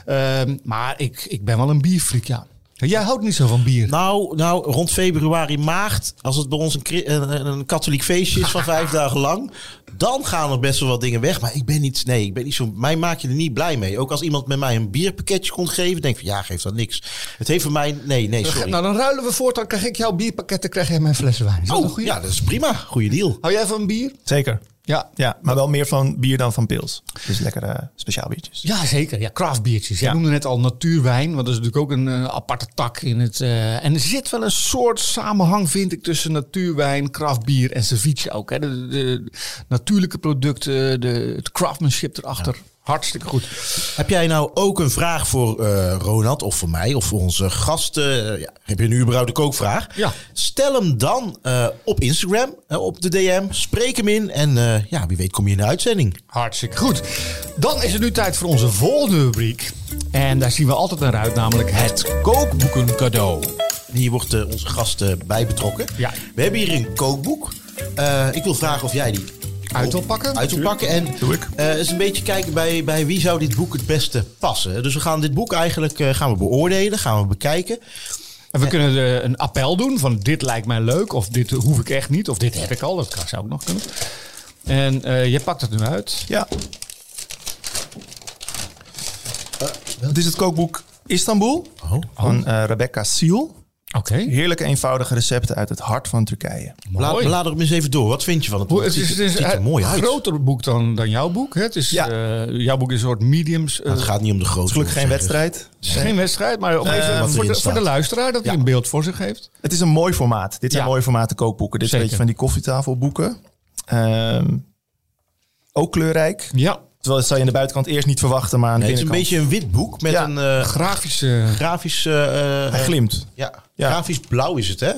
Speaker 2: Ehm, maar ik, ik ben wel een bierfreak, ja. Jij houdt niet zo van bier.
Speaker 3: Nou, nou, rond februari, maart, als het bij ons een, kri- een, een katholiek feestje is van vijf dagen lang, dan gaan er best wel wat dingen weg. Maar ik ben niet, nee, ik ben niet zo, mij maak je er niet blij mee. Ook als iemand met mij een bierpakketje kon geven, denk ik van ja, geeft dat niks. Het heeft voor mij, nee, nee, sorry.
Speaker 2: nou, dan ruilen we voort. Dan krijg ik jouw bierpakketten, krijg jij mijn flessen wijn. Is dat een
Speaker 3: oh,
Speaker 2: goeie?
Speaker 3: ja, dat is prima. Goeie deal.
Speaker 2: Hou jij van bier?
Speaker 1: Zeker.
Speaker 2: Ja.
Speaker 1: Ja, maar wel meer van bier dan van pils. Dus lekkere speciaal biertjes.
Speaker 2: Ja, zeker. Ja, craftbiertjes. Jij
Speaker 1: Ja.
Speaker 2: noemde net al natuurwijn, want dat is natuurlijk ook een eh, aparte tak in het... eh, en er zit wel een soort samenhang, vind ik, tussen natuurwijn, craftbier en ceviche ook. Hè. De, de natuurlijke producten, de, het craftsmanship erachter. Hartstikke goed.
Speaker 3: Heb jij nou ook een vraag voor eh, Ronald of voor mij of voor onze gasten? Ja, heb je nu überhaupt een kookvraag?
Speaker 2: Ja.
Speaker 3: Stel hem dan eh, op Instagram, eh, op de DM. Spreek hem in en eh, ja, wie weet kom je in de uitzending.
Speaker 2: Hartstikke goed. Dan is het nu tijd voor onze volgende rubriek. En daar zien we altijd naar uit, namelijk het
Speaker 5: Kookboeken cadeau.
Speaker 3: Hier wordt eh, onze gast eh, bij betrokken.
Speaker 2: Ja.
Speaker 3: We hebben hier een kookboek. Eh, ik wil vragen of jij die
Speaker 2: uit wil pakken.
Speaker 3: uit wil pakken. En
Speaker 1: Doe ik.
Speaker 3: eh, eens een beetje kijken bij, bij wie zou dit boek het beste passen. Dus we gaan dit boek eigenlijk eh, gaan we beoordelen, gaan we bekijken.
Speaker 2: En we kunnen eh, een appel doen van dit lijkt mij leuk, of dit hoef ik echt niet, of dit heb ik al, dat kan- zou ook nog kunnen. En eh, je jij pakt het nu uit.
Speaker 1: Ja. Het Eh, is het kookboek Istanbul van eh, Rebecca Siel.
Speaker 2: Oké.
Speaker 1: Heerlijke eenvoudige recepten uit het hart van Turkije.
Speaker 3: Bla,
Speaker 2: Mooi.
Speaker 3: blader hem eens even door. Wat vind je van het boek?
Speaker 2: Hoe- Het is,
Speaker 3: ziet,
Speaker 2: het
Speaker 3: er-
Speaker 2: is
Speaker 3: ziet er
Speaker 2: een
Speaker 3: mooi uit.
Speaker 2: groter boek dan, dan jouw boek. Hè? Het is,
Speaker 1: Ja.
Speaker 2: eh, jouw boek is een soort mediums. eh,
Speaker 3: Nou, het gaat niet om de grootte.
Speaker 1: Gelukkig geen
Speaker 3: moet ik zeggen.
Speaker 1: wedstrijd.
Speaker 2: het is geen wedstrijd, maar om even
Speaker 3: wat
Speaker 2: voor,
Speaker 3: erin
Speaker 2: de, voor de
Speaker 3: staat.
Speaker 2: luisteraar dat hij een beeld voor zich heeft.
Speaker 1: Het is een mooi formaat. Dit zijn
Speaker 2: Ja.
Speaker 1: mooie formaten kookboeken. Dit is een beetje
Speaker 2: Zeker.
Speaker 1: van die koffietafelboeken. Ehm, ook kleurrijk.
Speaker 2: Ja.
Speaker 1: Terwijl dat zou je aan de buitenkant eerst niet verwachten, maar aan de
Speaker 3: Nee, het is een
Speaker 1: binnenkant.
Speaker 3: beetje een wit boek met
Speaker 1: Ja.
Speaker 3: een eh,
Speaker 2: Grafische.
Speaker 3: grafisch... eh, eh,
Speaker 1: Hij glimt.
Speaker 3: ja,
Speaker 1: Ja.
Speaker 3: grafisch blauw is het, hè?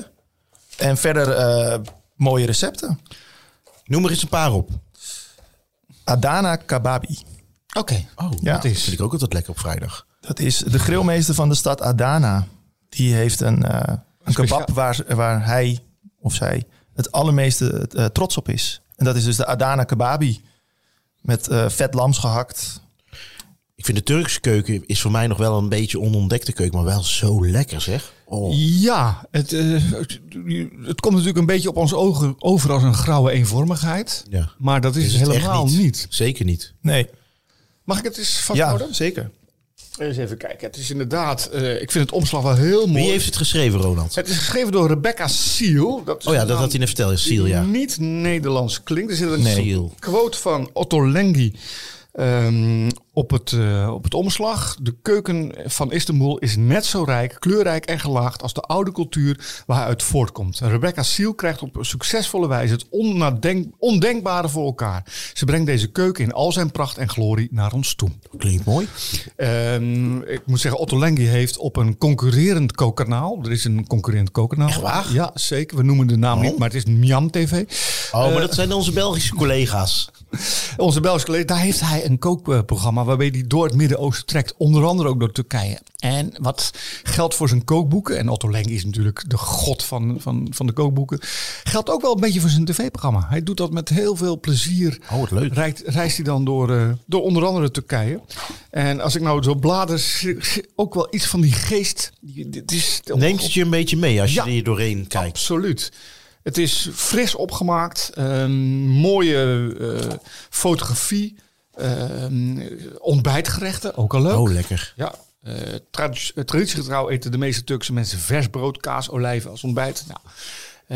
Speaker 1: En verder eh, mooie recepten.
Speaker 3: Noem er eens een paar op.
Speaker 1: Adana Kababi.
Speaker 2: Oké. Oh,
Speaker 1: Ja.
Speaker 2: dat
Speaker 3: Vind
Speaker 2: is.
Speaker 3: ik ook altijd lekker op vrijdag.
Speaker 1: Dat is de grillmeester van de stad Adana. Die heeft een, eh, een
Speaker 2: Speciaal-
Speaker 1: kebab waar, waar hij of zij het allermeeste eh, trots op is. En dat is dus de Adana Kababi. Met eh, vet lams gehakt.
Speaker 3: Ik vind de Turkse keuken is voor mij nog wel een beetje onontdekte keuken, maar wel zo lekker, zeg. Oh.
Speaker 2: Ja, het, eh, het, het komt natuurlijk een beetje op onze ogen over als een grauwe eenvormigheid.
Speaker 3: Ja.
Speaker 2: Maar dat is,
Speaker 3: Is het echt
Speaker 2: helemaal niet.
Speaker 3: Zeker niet.
Speaker 1: Nee.
Speaker 2: Mag ik het eens
Speaker 1: Ja,
Speaker 2: vasthouden?
Speaker 1: zeker.
Speaker 2: Eens even kijken. Het is inderdaad, eh, ik vind het omslag wel heel mooi.
Speaker 3: Wie heeft het geschreven, Ronald?
Speaker 2: Het is geschreven door Rebecca Seal. Dat is
Speaker 3: Oh ja,
Speaker 2: een
Speaker 3: dat
Speaker 2: naam
Speaker 3: had hij net verteld. Seal, ja.
Speaker 2: die niet Nederlands klinkt. Er zit een
Speaker 3: Nee. Seal.
Speaker 2: quote van Otto Lengi ehm, op, het, eh, op het omslag. De keuken van Istanbul is net zo rijk, kleurrijk en gelaagd als de oude cultuur waaruit voortkomt. Rebecca Seal krijgt op succesvolle wijze het onnadenk- ondenkbare voor elkaar. Ze brengt deze keuken in al zijn pracht en glorie naar ons toe.
Speaker 3: Klinkt mooi.
Speaker 2: Ehm, ik moet zeggen, Otto Lengi heeft op een concurrerend kookkanaal. Er is een concurrerend kookkanaal.
Speaker 3: Echt waar?
Speaker 2: Ja, zeker. We noemen de naam niet, maar het is Miam TV.
Speaker 3: Oh,
Speaker 2: Eh,
Speaker 3: maar dat zijn onze Belgische collega's.
Speaker 2: Onze Belgische collega, daar heeft hij een kookprogramma waarbij hij door het Midden-Oosten trekt. Onder andere ook door Turkije. En wat geldt voor zijn kookboeken, en Otto Lengi is natuurlijk de god van, van, van de kookboeken, geldt ook wel een beetje voor zijn tv-programma. Hij doet dat met heel veel plezier.
Speaker 3: Oh, wat leuk.
Speaker 2: Reist, reist hij dan door, eh, door onder andere Turkije. En als ik nou zo blader, zie- zie ook wel iets van die geest. Die- dit is,
Speaker 3: Neemt het je een beetje mee als je
Speaker 2: Ja.
Speaker 3: er hier doorheen kijkt?
Speaker 2: Absoluut. Het is fris opgemaakt, ehm, mooie eh, fotografie, ehm, ontbijtgerechten, ook al leuk.
Speaker 3: Oh, lekker.
Speaker 2: Ja, eh, tradi- eh, traditiegetrouw eten de meeste Turkse mensen vers brood, kaas, olijven als ontbijt. Nou,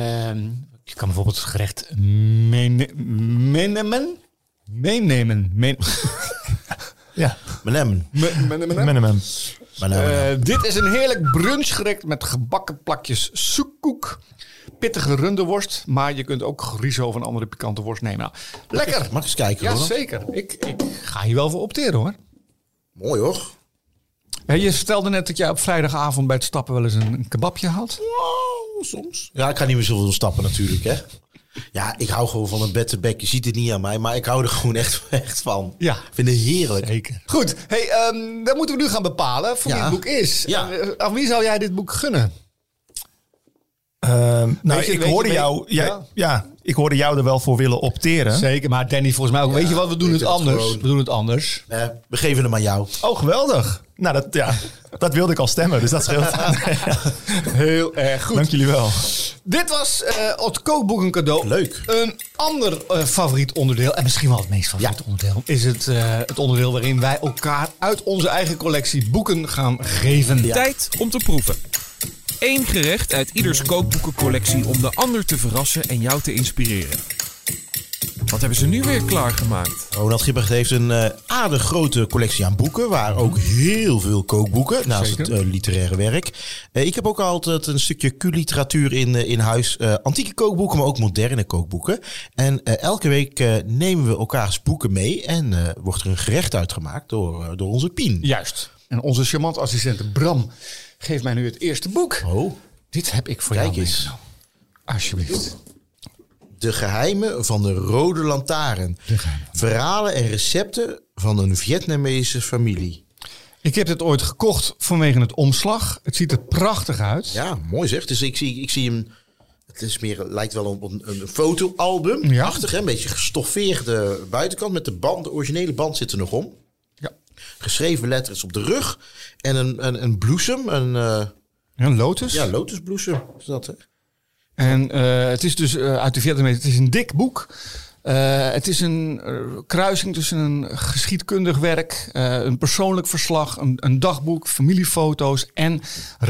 Speaker 2: ehm, je kan bijvoorbeeld het gerecht mene- meenemen. Meenemen. Men-
Speaker 1: Ja.
Speaker 3: Menem.
Speaker 2: me- meenemen.
Speaker 1: Minimum.
Speaker 3: Menem.
Speaker 2: Eh, dit is een heerlijk brunchgerecht met gebakken plakjes soekkoek. Pittige runderworst, maar je kunt ook riso of een andere pikante worst nemen. Nou, lekker!
Speaker 3: Mag ik eens kijken, Ronald?
Speaker 2: Jazeker, ik, ik ga hier wel voor opteren hoor.
Speaker 3: Mooi, hoor.
Speaker 2: Hé, Je vertelde net dat jij op vrijdagavond bij het stappen wel eens een, een kebabje had.
Speaker 3: Wow, soms. Ja, ik ga niet meer zoveel stappen natuurlijk, hè. Ja, ik hou gewoon van een bed-to-back. Je ziet het niet aan mij, maar ik hou er gewoon echt, echt van.
Speaker 2: Ja.
Speaker 3: Ik vind het heerlijk.
Speaker 2: Zeker. Goed, hey, ehm, dat moeten we nu gaan bepalen voor wie
Speaker 3: Ja.
Speaker 2: het boek is.
Speaker 3: Ja.
Speaker 2: En, eh, aan wie zou jij dit boek gunnen?
Speaker 1: Ehm, nou,
Speaker 2: Weet je-
Speaker 1: ik
Speaker 2: weet je-
Speaker 1: hoorde
Speaker 2: weet-
Speaker 1: jou. jij-
Speaker 2: ja.
Speaker 1: ja. ik hoorde jou er wel voor willen opteren.
Speaker 2: Zeker, maar Danny volgens mij ook. weet je wat, we doen
Speaker 3: ik
Speaker 2: het
Speaker 3: doe het
Speaker 2: anders.
Speaker 3: gewoon.
Speaker 2: We doen het anders.
Speaker 3: Eh, we geven hem aan jou.
Speaker 1: Oh, geweldig. Nou, dat, ja, dat wilde ik al stemmen, dus dat scheelt.
Speaker 2: Heel erg goed.
Speaker 1: Dank jullie wel.
Speaker 2: Dit was eh het kookboek een cadeau.
Speaker 3: Leuk.
Speaker 2: Een ander eh, favoriet onderdeel, en misschien wel het meest favoriet
Speaker 3: Ja.
Speaker 2: onderdeel, is het, eh, het onderdeel waarin wij elkaar uit onze eigen collectie boeken gaan geven.
Speaker 5: Tijd om te proeven. Eén gerecht uit ieders kookboekencollectie om de ander te verrassen en jou te inspireren.
Speaker 6: Wat hebben ze nu weer klaargemaakt?
Speaker 3: Ronald Gippert heeft een eh, aardig grote collectie aan boeken, waar ook heel veel kookboeken, naast
Speaker 2: Zeker.
Speaker 3: het eh, literaire werk. Eh, ik heb ook altijd een stukje Q-literatuur in, eh, in huis. Eh, antieke kookboeken, maar ook moderne kookboeken. En eh, elke week eh, nemen we elkaars boeken mee en eh, wordt er een gerecht uitgemaakt door, eh, door onze Pien.
Speaker 2: Juist. En onze charmant assistent Bram geeft mij nu het eerste boek.
Speaker 3: Oh,
Speaker 2: Dit heb ik voor
Speaker 3: kijk
Speaker 2: jou
Speaker 3: eens.
Speaker 2: meegenomen. Alsjeblieft.
Speaker 3: De geheimen van de rode lantaarn. Verhalen en recepten van een Vietnamese familie.
Speaker 2: Ik heb dit ooit gekocht vanwege het omslag. Het ziet er prachtig uit.
Speaker 3: Ja, mooi zeg. Dus ik zie, ik zie hem. Het is meer, lijkt wel op een, een fotoalbum.
Speaker 2: Ja.
Speaker 3: Achtig, hè? een beetje gestoffeerde buitenkant. Met de band, de originele band zit er nog om.
Speaker 2: Ja.
Speaker 3: Geschreven letters op de rug. En een, een, een bloesem. Een eh
Speaker 2: Een lotus.
Speaker 3: ja, lotusbloesem is dat, hè?
Speaker 2: En eh, het is dus eh, uit de Vietnam. Het is een dik boek. Eh, het is een eh, kruising tussen een geschiedkundig werk, eh, een persoonlijk verslag, een, een dagboek, familiefoto's en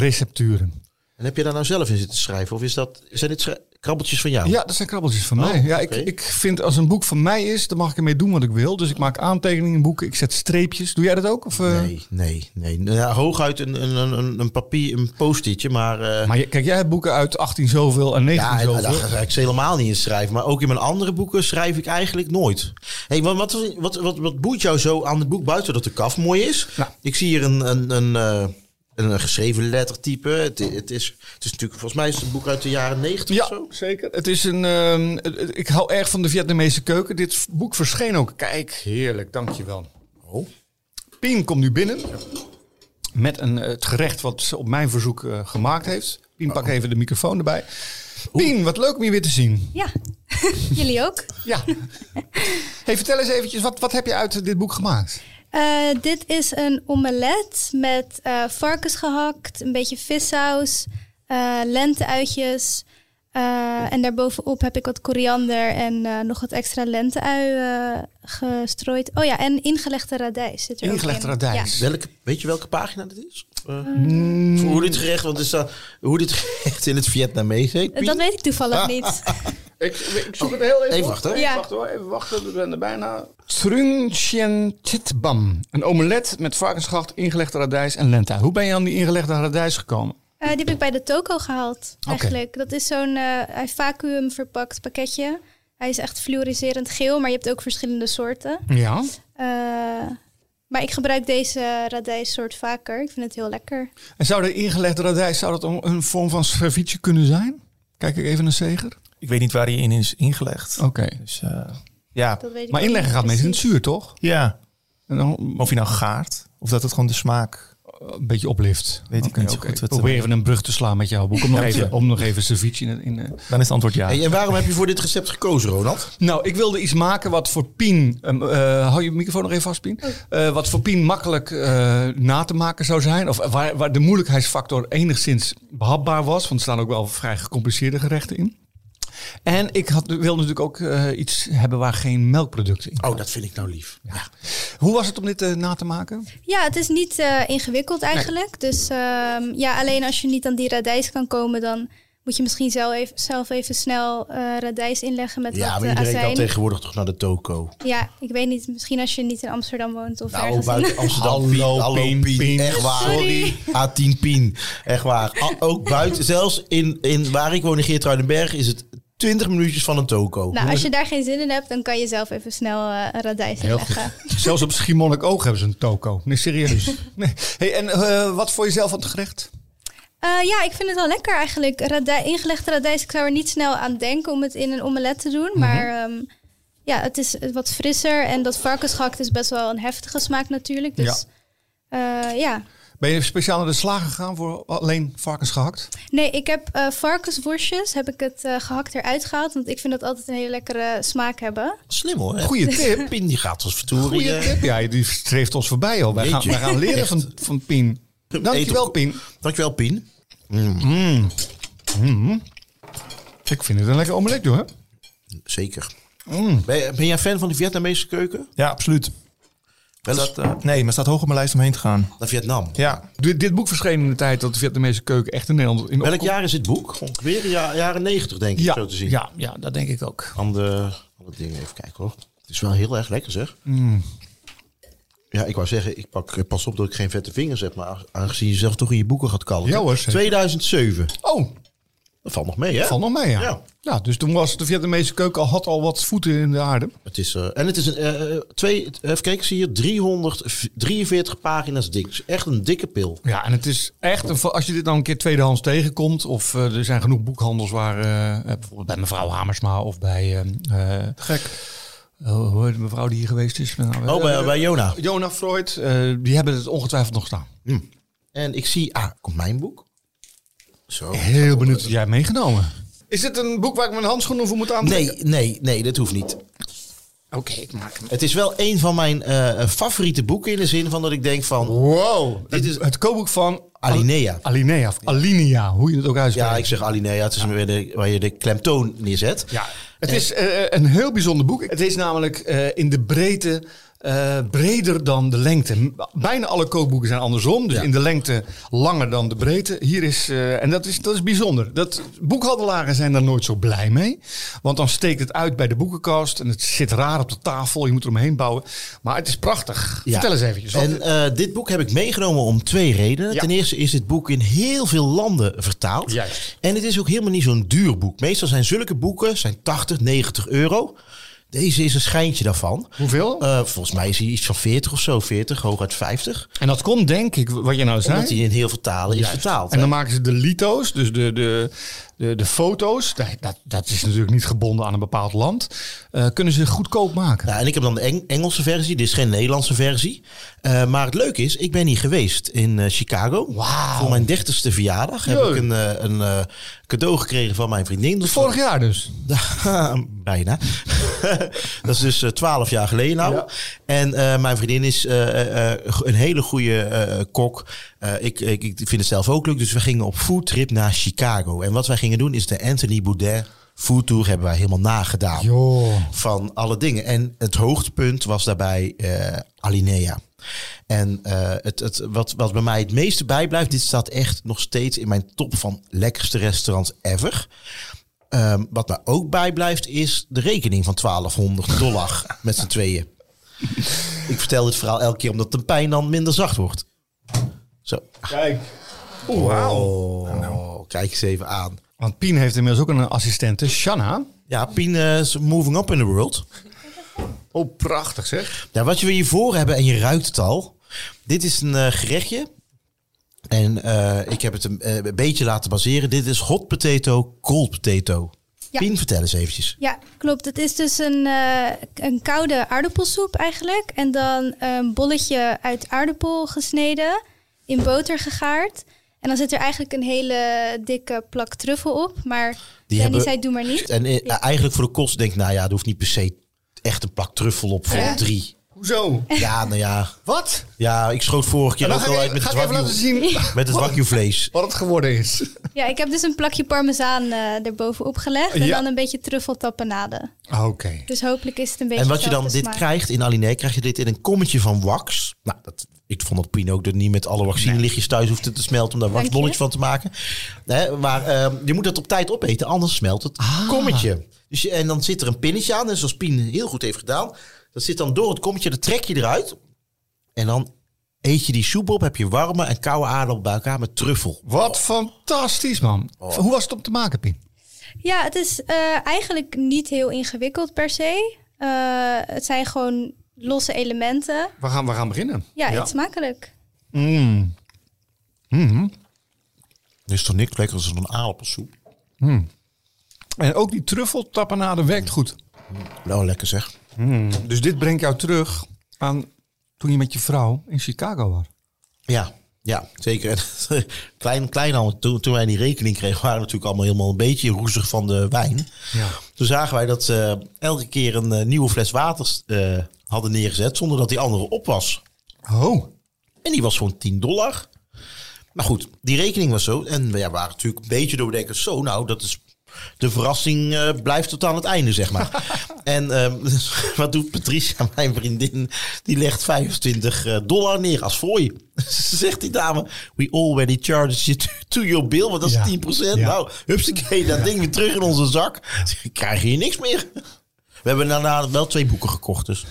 Speaker 2: recepturen.
Speaker 3: En heb je daar nou zelf in zitten schrijven? Of is dat, zijn dit schrij- krabbeltjes van jou?
Speaker 2: Ja, dat zijn krabbeltjes van
Speaker 3: Oh,
Speaker 2: mij. Ja, ik,
Speaker 3: oké.
Speaker 2: ik vind als een boek van mij is, dan mag ik ermee doen wat ik wil. Dus ik maak aantekeningen in boeken, ik zet streepjes. Doe jij dat ook? Of, eh?
Speaker 3: Nee, nee, nee. Nou Ja, hooguit een, een, een- een, een papier, een post-itje. Maar, eh,
Speaker 2: Maar je- kijk, jij hebt boeken uit 18 zoveel en 19
Speaker 3: Ja, en- en
Speaker 2: zoveel.
Speaker 3: daar ga ik ze helemaal niet in schrijven. Maar ook in mijn andere boeken schrijf ik eigenlijk nooit. Hey, wat, wat, wat, wat, wat boeit jou zo aan het boek buiten dat de kaf mooi is?
Speaker 2: Nou.
Speaker 3: Ik zie hier een, een, een, eh, een, een geschreven lettertype. Het, het, is, het is natuurlijk, volgens mij is het een boek uit de jaren negentig of
Speaker 2: Ja,
Speaker 3: zo.
Speaker 2: zeker. Het is een, ehm, het- het- ik hou erg van de Vietnamese keuken. Dit v- boek verscheen ook. Kijk, heerlijk, dankjewel.
Speaker 3: Oh.
Speaker 2: Pien komt nu binnen met een, eh, het gerecht wat ze op mijn verzoek eh, gemaakt heeft. Pien,
Speaker 3: Oh.
Speaker 2: pak even de microfoon erbij. Pien, wat leuk om je weer te zien.
Speaker 4: Ja, jullie ook.
Speaker 2: Ja. hey, vertel eens eventjes, wat, wat heb je uit dit boek gemaakt?
Speaker 4: Eh, dit is een omelet met eh varkens gehakt, een beetje vissaus, eh lenteuitjes. eh, en daarbovenop heb ik wat koriander en eh, nog wat extra lenteui eh, gestrooid. Oh ja, en ingelegde radijs zit er ook
Speaker 2: Ingelegde
Speaker 4: in.
Speaker 2: radijs.
Speaker 3: Welke, weet je welke pagina dit is? Eh, voor Hoe dit gerecht, want er staat hoe dit gerecht in het Vietnamees heet.
Speaker 4: Ja. Dat weet ik
Speaker 2: Ah.
Speaker 4: toevallig niet.
Speaker 2: Ik, zoek het heel
Speaker 3: Even wachten. hè?
Speaker 4: Ja.
Speaker 2: hoor, even wachten, we zijn er bijna. Trunchen Titbam. Een omelet met varkensgracht, ingelegde radijs en lenta. Hoe ben je aan die ingelegde radijs gekomen?
Speaker 4: Eh, die heb ik bij de toko gehaald, eigenlijk. Dat is zo'n eh, hij vacuüm verpakt pakketje. Hij is echt fluoriserend geel, maar je hebt ook verschillende soorten.
Speaker 2: Ja.
Speaker 4: Eh, maar ik gebruik deze radijssoort vaker. Ik vind het heel lekker.
Speaker 2: En zou de ingelegde radijs zou dat een- een vorm van servietje kunnen zijn? Kijk ik even naar Zeger.
Speaker 1: Ik weet niet waar hij in is ingelegd.
Speaker 2: Oké.
Speaker 1: Dus eh, ja.
Speaker 4: Dat weet ik
Speaker 2: Maar
Speaker 4: ook
Speaker 2: inleggen
Speaker 4: niet
Speaker 2: gaat meestal in het
Speaker 4: precies.
Speaker 2: zuur, toch?
Speaker 1: ja,
Speaker 2: En dan eh,
Speaker 1: of hij nou gaart of dat het gewoon de smaak...
Speaker 2: een beetje oplift.
Speaker 1: Weet ik
Speaker 2: Oké,
Speaker 1: niet zo
Speaker 2: oké.
Speaker 1: goed wat-
Speaker 2: Probeer even een brug te slaan met jouw boek. Om nog
Speaker 1: Ja.
Speaker 2: even, om nog even servietje in... in eh.
Speaker 1: Dan is het antwoord ja.
Speaker 3: Hey, en waarom heb je voor dit recept gekozen, Ronald?
Speaker 2: Nou, ik wilde iets maken wat voor Pien... ehm, eh, hou je microfoon nog even vast, Pien. Eh, wat voor Pien makkelijk eh, na te maken zou zijn. Of waar, waar de moeilijkheidsfactor enigszins behapbaar was. Want er staan ook wel vrij gecompliceerde gerechten in. En ik had, wilde natuurlijk ook eh, iets hebben waar geen melkproducten in
Speaker 3: Oh, dat vind ik nou lief. Ja.
Speaker 2: Hoe was het om dit eh, na te maken?
Speaker 4: Ja, het is niet eh, ingewikkeld eigenlijk. Dus ehm, ja, alleen als je niet aan die radijs kan komen, dan moet je misschien zelf even, zelf even snel eh, radijs inleggen met
Speaker 3: Ja,
Speaker 4: wat
Speaker 3: maar
Speaker 4: eh,
Speaker 3: iedereen kan
Speaker 4: azijn.
Speaker 3: tegenwoordig toch naar de toko.
Speaker 4: Ja, ik weet niet. Misschien als je niet in Amsterdam woont of
Speaker 3: Nou,
Speaker 4: ergens.
Speaker 3: buiten Amsterdam.
Speaker 2: Hallo,
Speaker 3: Pien, hallo
Speaker 2: Pien,
Speaker 3: Pien,
Speaker 2: Pien.
Speaker 3: Echt waar.
Speaker 4: Sorry.
Speaker 3: A10 Pien. Echt waar. A- ook buiten. Zelfs in, in waar ik woon in Geertruidenberg is het 20 minuutjes van een toko.
Speaker 4: Nou, als je daar geen zin in hebt, dan kan je zelf even snel eh, een radijs inleggen.
Speaker 2: Zelfs op Schiermonnikoog hebben ze een toko. Nee, serieus. nee. Hey, en eh, wat voor jezelf aan het gerecht?
Speaker 4: Eh, ja, ik vind het wel lekker eigenlijk. Radij, ingelegde radijs, ik zou er niet snel aan denken om het in een omelet te doen. Maar ehm, ja, het is wat frisser. En dat varkensgehakt is best wel een heftige smaak natuurlijk. Dus ja. ja.
Speaker 2: Ben je speciaal naar de slager gegaan voor alleen varkens gehakt?
Speaker 4: Nee, ik heb eh, varkensworstjes, heb ik het eh, gehakt eruit gehaald. Want ik vind dat altijd een hele lekkere smaak hebben.
Speaker 3: Slim hoor.
Speaker 2: Goeie tip.
Speaker 3: Pien die gaat als
Speaker 2: Goeie
Speaker 3: vertoeren.
Speaker 2: tip. Ja, die streeft ons voorbij. Joh. Wij, gaan,
Speaker 3: Jeetje.
Speaker 2: wij gaan leren
Speaker 3: Echt.
Speaker 2: van, van Pien. Dankjewel, Pien.
Speaker 3: Dankjewel Mm, Pien.
Speaker 2: Ik vind het een lekker omelet, hoor.
Speaker 3: Zeker. Ben, je- ben jij fan van de Vietnamese keuken?
Speaker 1: ja, absoluut.
Speaker 3: Wel eens
Speaker 1: Dat, eh, nee, maar staat hoog op mijn lijst om heen te gaan.
Speaker 3: naar Vietnam.
Speaker 1: Ja,
Speaker 2: Dit, dit boek verscheen in de tijd dat de Vietnamese keuken echt in Nederland... In
Speaker 3: Welk
Speaker 2: opkom-
Speaker 3: jaar is dit boek? Ongeveer ja, jaren 90 denk ik
Speaker 2: Ja,
Speaker 3: zo te zien.
Speaker 2: ja, ja, dat denk ik ook.
Speaker 3: Aan de, Wat dingen even kijken hoor. Het is wel heel erg lekker zeg.
Speaker 2: Mm.
Speaker 3: Ja, ik wou zeggen, ik pak, eh, pas op dat ik geen vette vingers heb, maar aangezien je zelf toch in je boeken gaat kalken.
Speaker 2: Ja hoor, zeker.
Speaker 3: 2007.
Speaker 2: Oh,
Speaker 3: Dat valt nog mee, hè?
Speaker 2: valt nog mee, ja. ja.
Speaker 3: Ja.
Speaker 2: dus toen was de Vietnamese keuken al, had al wat voeten in de aarde.
Speaker 3: Het is, eh, en het is een, eh, twee, even kijken, zie je, 343 pagina's dik. Dus echt een dikke pil.
Speaker 2: Ja, en het is echt, een, als je dit dan een keer tweedehands tegenkomt, of eh, er zijn genoeg boekhandels waar, eh, eh, bijvoorbeeld bij mevrouw Hamersma of bij, eh, eh,
Speaker 1: Gek.
Speaker 2: oh, hoe heet de mevrouw die hier geweest is? Nou,
Speaker 3: Oh, bij, bij Jona.
Speaker 2: Jonah Freud, eh, die hebben het ongetwijfeld nog staan.
Speaker 3: En ik zie, ah, komt mijn boek. Zo.
Speaker 2: Heel benieuwd dat jij hebt meegenomen. Is dit een boek waar ik mijn handschoenen voor moet aantrekken?
Speaker 3: Nee, nee, nee, dat hoeft niet.
Speaker 2: Oké, ik maak hem.
Speaker 3: Het is wel een van mijn eh, favoriete boeken in de zin van dat ik denk
Speaker 2: Oh.
Speaker 3: van,
Speaker 2: Wow, dit
Speaker 3: Dit
Speaker 2: is
Speaker 3: is-
Speaker 2: het kookboek van
Speaker 3: Alinea.
Speaker 2: Alinea, of Alinea, hoe je het ook uitspreekt.
Speaker 3: Ja, ik zeg Alinea, het is weer de, waar je de klemtoon neerzet.
Speaker 2: Ja, het is eh, een heel bijzonder boek. Het is namelijk eh, in de breedte eh, breder dan de lengte. M- Bijna alle kookboeken zijn andersom. Dus
Speaker 3: Ja.
Speaker 2: in de lengte langer dan de breedte. Hier is, eh, en dat is, dat is bijzonder. Dat, boekhandelaren zijn daar nooit zo blij mee. Want dan steekt het uit bij de boekenkast. En het zit raar op de tafel. Je moet er omheen bouwen. Maar het is prachtig.
Speaker 3: Ja.
Speaker 2: Vertel eens eventjes. wat-
Speaker 3: En eh, dit boek heb ik meegenomen om twee redenen.
Speaker 2: Ja.
Speaker 3: Ten eerste is dit boek in heel veel landen vertaald.
Speaker 2: Juist.
Speaker 3: En het is ook helemaal niet zo'n duur boek. Meestal zijn zulke boeken zijn 80, 90 euro. Deze is een schijntje daarvan.
Speaker 2: Hoeveel?
Speaker 3: Eh, volgens mij is hij iets van 40 of zo, 40, hooguit 50.
Speaker 2: en dat komt denk ik, wat je nou zei.
Speaker 3: Omdat hij in heel veel talen is
Speaker 2: Juist.
Speaker 3: vertaald.
Speaker 2: En dan
Speaker 3: hè.
Speaker 2: maken ze de lito's, dus de, de, de, de foto's. Nee, Dat, dat is natuurlijk niet gebonden aan een bepaald land. Eh, kunnen ze goedkoop maken.
Speaker 3: Nou, en ik heb dan de Eng- Engelse versie, dit is geen Nederlandse versie. Eh, maar het leuke is, ik ben hier geweest in eh, Chicago.
Speaker 2: Wauw.
Speaker 3: Voor mijn 30ste verjaardag heb
Speaker 2: Leuk.
Speaker 3: ik een, eh, een eh, cadeau gekregen van mijn vriendin. Dus
Speaker 2: Vorig jaar dus.
Speaker 3: Bijna. dat is dus twaalf jaar geleden nou. En eh, mijn vriendin is eh, eh, go- een hele goede eh, kok. Eh, ik, ik, ik vind het zelf ook leuk. Dus we gingen op foodtrip naar Chicago. En wat wij gingen doen is de Anthony Bourdain food tour hebben wij helemaal nagedaan.
Speaker 2: Joh.
Speaker 3: Van alle dingen. En het hoogtepunt was daarbij eh, Alinea. En eh, het, het, wat, wat bij mij het meeste bijblijft, dit staat echt nog steeds in mijn top van lekkerste restaurants ever. Ehm, wat daar ook bij blijft is de rekening van 1200 dollar met z'n tweeën. Ik vertel dit verhaal elke keer omdat de pijn dan minder zacht wordt. Zo.
Speaker 2: Kijk.
Speaker 3: Oh, kijk eens even aan.
Speaker 2: Want Pien heeft inmiddels ook een assistente, Shanna.
Speaker 3: Ja, Pien eh, is moving up in the world.
Speaker 2: Oh, prachtig zeg.
Speaker 3: Nou, wat we hiervoor hebben, en je ruikt het al. Dit is een eh, gerechtje. En eh, ik heb het een, eh, een beetje laten baseren. Dit is hot potato, cold potato.
Speaker 4: Ja.
Speaker 3: Pien, vertel eens eventjes.
Speaker 4: Ja, klopt. Het is dus een, eh, een koude aardappelsoep eigenlijk. En dan een bolletje uit aardappel gesneden, in boter gegaard. En dan zit er eigenlijk een hele dikke plak truffel op. Maar Danny
Speaker 3: hebben-
Speaker 4: zei, doe maar niet.
Speaker 3: En eh, eigenlijk voor de kost denk ik, nou ja, er hoeft niet per se echt een plak truffel op voor
Speaker 4: Ja.
Speaker 3: drie.
Speaker 2: Hoezo?
Speaker 3: Ja, nou ja.
Speaker 2: Wat?
Speaker 3: Ja, ik schoot vorige keer
Speaker 2: En dan
Speaker 3: ook
Speaker 2: ga ik,
Speaker 3: al uit
Speaker 2: even,
Speaker 3: met
Speaker 2: ga ik
Speaker 3: het
Speaker 2: even
Speaker 3: wagyu,
Speaker 2: laten zien
Speaker 3: met het wagyu vlees.
Speaker 2: wat het geworden is.
Speaker 4: Ja, ik heb dus een plakje parmezaan eh erbovenop gelegd. En
Speaker 2: Ja.
Speaker 4: dan een beetje truffeltapenade.
Speaker 2: Ah, Oké.
Speaker 4: Dus hopelijk is het een beetje
Speaker 3: En wat je dan
Speaker 4: dezelfde
Speaker 3: dit
Speaker 4: smaak.
Speaker 3: krijgt in Alinee, krijg je dit in een kommetje van wax. Nou, dat, ik vond dat Pien ook dat niet met alle waxinelichtjes thuis hoeft het te smelten om daar
Speaker 4: Dank je.
Speaker 3: waxbolletjes van te maken. Hè, maar ehm, je moet dat op tijd opeten, anders smelt het kommetje. Dus je, en dan zit er een pinnetje aan, en zoals Pien heel goed heeft gedaan. Dat zit dan door het kommetje, dat trek je eruit. En dan eet je die soep op, heb je warme en koude aardappel bij elkaar met truffel.
Speaker 2: Wat fantastisch man. Hoe was het om te maken, Pien?
Speaker 4: Ja, het is eh, eigenlijk niet heel ingewikkeld per se. Eh, het zijn gewoon losse elementen.
Speaker 2: We gaan, we gaan beginnen.
Speaker 4: Ja, eet smakelijk.
Speaker 2: Mm.
Speaker 3: Er is toch niks lekker als een aardappelsoep?
Speaker 2: En ook die truffeltapenade werkt goed.
Speaker 3: Nou, lekker zeg.
Speaker 2: Dus dit brengt jou terug aan toen je met je vrouw in Chicago was.
Speaker 3: Ja, ja zeker. klein, klein al, toen, toen wij die rekening kregen, waren we natuurlijk allemaal helemaal een beetje roezig van de wijn.
Speaker 2: Ja.
Speaker 3: Toen zagen wij dat ze elke keer een eh, nieuwe fles water eh, hadden neergezet, zonder dat die andere op was.
Speaker 2: Oh.
Speaker 3: En die was gewoon 10 dollar. Maar goed, die rekening was zo. En we ja, waren natuurlijk een beetje door bedenken. Zo, nou, dat is. De verrassing eh, blijft tot aan het einde, zeg maar. en ehm, wat doet Patricia, mijn vriendin? Die legt 25 dollar neer als fooi. Ze zegt die dame, we already charged you to, to your bill. Want dat is
Speaker 2: Ja.
Speaker 3: 10%.
Speaker 2: Ja.
Speaker 3: Nou, hupsakee, dat ding weer terug in onze zak. Krijg je hier niks meer. We hebben daarna wel twee boeken gekocht. Dus.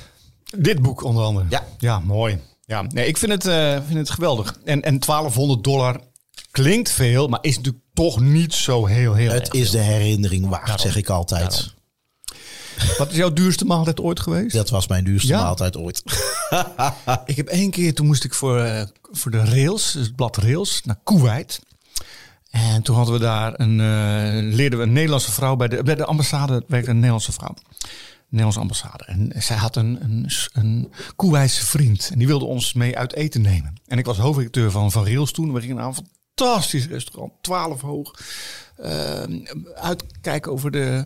Speaker 2: Dit boek onder andere.
Speaker 3: Ja.
Speaker 2: ja mooi. Ja, nee, ik vind het, eh, vind het geweldig. En, en 1200 dollar klinkt veel, maar is natuurlijk toch niet zo heel, heel
Speaker 3: Het is de herinnering waard, zeg ik altijd.
Speaker 2: erg. Wat is jouw duurste maaltijd ooit geweest?
Speaker 3: Dat was mijn duurste
Speaker 2: Ja.
Speaker 3: maaltijd ooit.
Speaker 2: Ik heb één keer, toen moest ik voor, eh, voor de rails, dus het blad rails, naar Kuwait. En toen hadden we daar een, eh, leerden we een Nederlandse vrouw bij de, bij de ambassade, werkte een Nederlandse vrouw. Nederlandse ambassade. En zij had een, een, een Koewijse vriend. En die wilde ons mee uit eten nemen. En ik was hoofdredacteur van Van Rails toen. We gingen naar een fantastisch restaurant. 12 hoog. Ehm, uitkijken over de,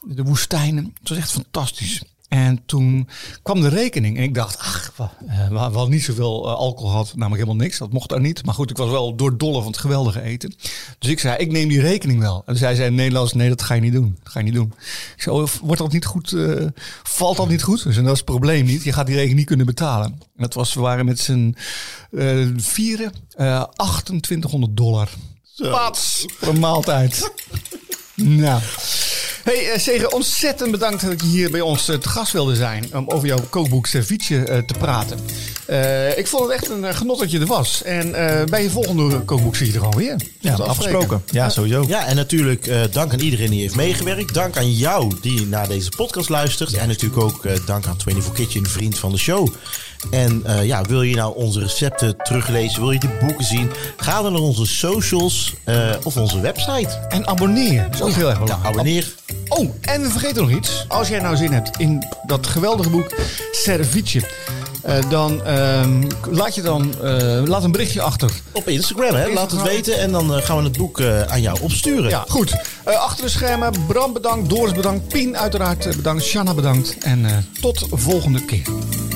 Speaker 2: de woestijnen. Het was echt fantastisch. En toen kwam de rekening. En ik dacht, ach, wa- eh, we hadden niet zoveel eh, alcohol had. Namelijk helemaal niks. Dat mocht daar niet. Maar goed, ik was wel doordolle van het geweldige eten. Dus ik zei, ik neem die rekening wel. En zij zei in het Nederlands, nee, dat ga je niet doen. Dat ga je niet doen. Ik zei, oh, wordt dat niet goed? eh, valt dat niet goed? Dus en dat is het probleem niet. Je gaat die rekening niet kunnen betalen. En dat was, we waren met z'n eh vieren eh 2800 dollar. Pats, voor een maaltijd. nou. Hey eh, Seger, ontzettend bedankt dat ik hier bij ons eh, te gast wilde zijn om over jouw kookboek Servietje eh, te praten. Eh, ik vond het echt een eh, genot dat je er was. En eh, bij je volgende kookboek zie je er gewoon weer.
Speaker 1: Ja,
Speaker 2: Tot afspreken.
Speaker 1: afgesproken. Ja, sowieso.
Speaker 3: Ja, en natuurlijk eh, dank aan iedereen die heeft meegewerkt. Dank aan jou die naar deze podcast luistert. En natuurlijk ook eh, dank aan 24 Kitchen, vriend van de show. En eh, ja, wil je nou onze recepten teruglezen? Wil je de boeken zien? Ga dan naar onze socials eh, of onze website.
Speaker 2: En abonneer. Dat is ook heel erg
Speaker 3: Ja,
Speaker 2: belangrijk.
Speaker 3: abonneer.
Speaker 2: Oh, en we vergeten nog iets. Als jij nou zin hebt in dat geweldige boek Servietje, eh, dan ehm, laat je dan eh, laat een berichtje achter.
Speaker 3: Op Instagram, hè? Laat het
Speaker 2: Instagram.
Speaker 3: weten. En dan eh, gaan we het boek eh, aan jou opsturen.
Speaker 2: Ja, goed. Eh, achter de schermen, Bram bedankt, Doris bedankt, Pien uiteraard eh, bedankt, Shanna bedankt. En eh, tot volgende keer.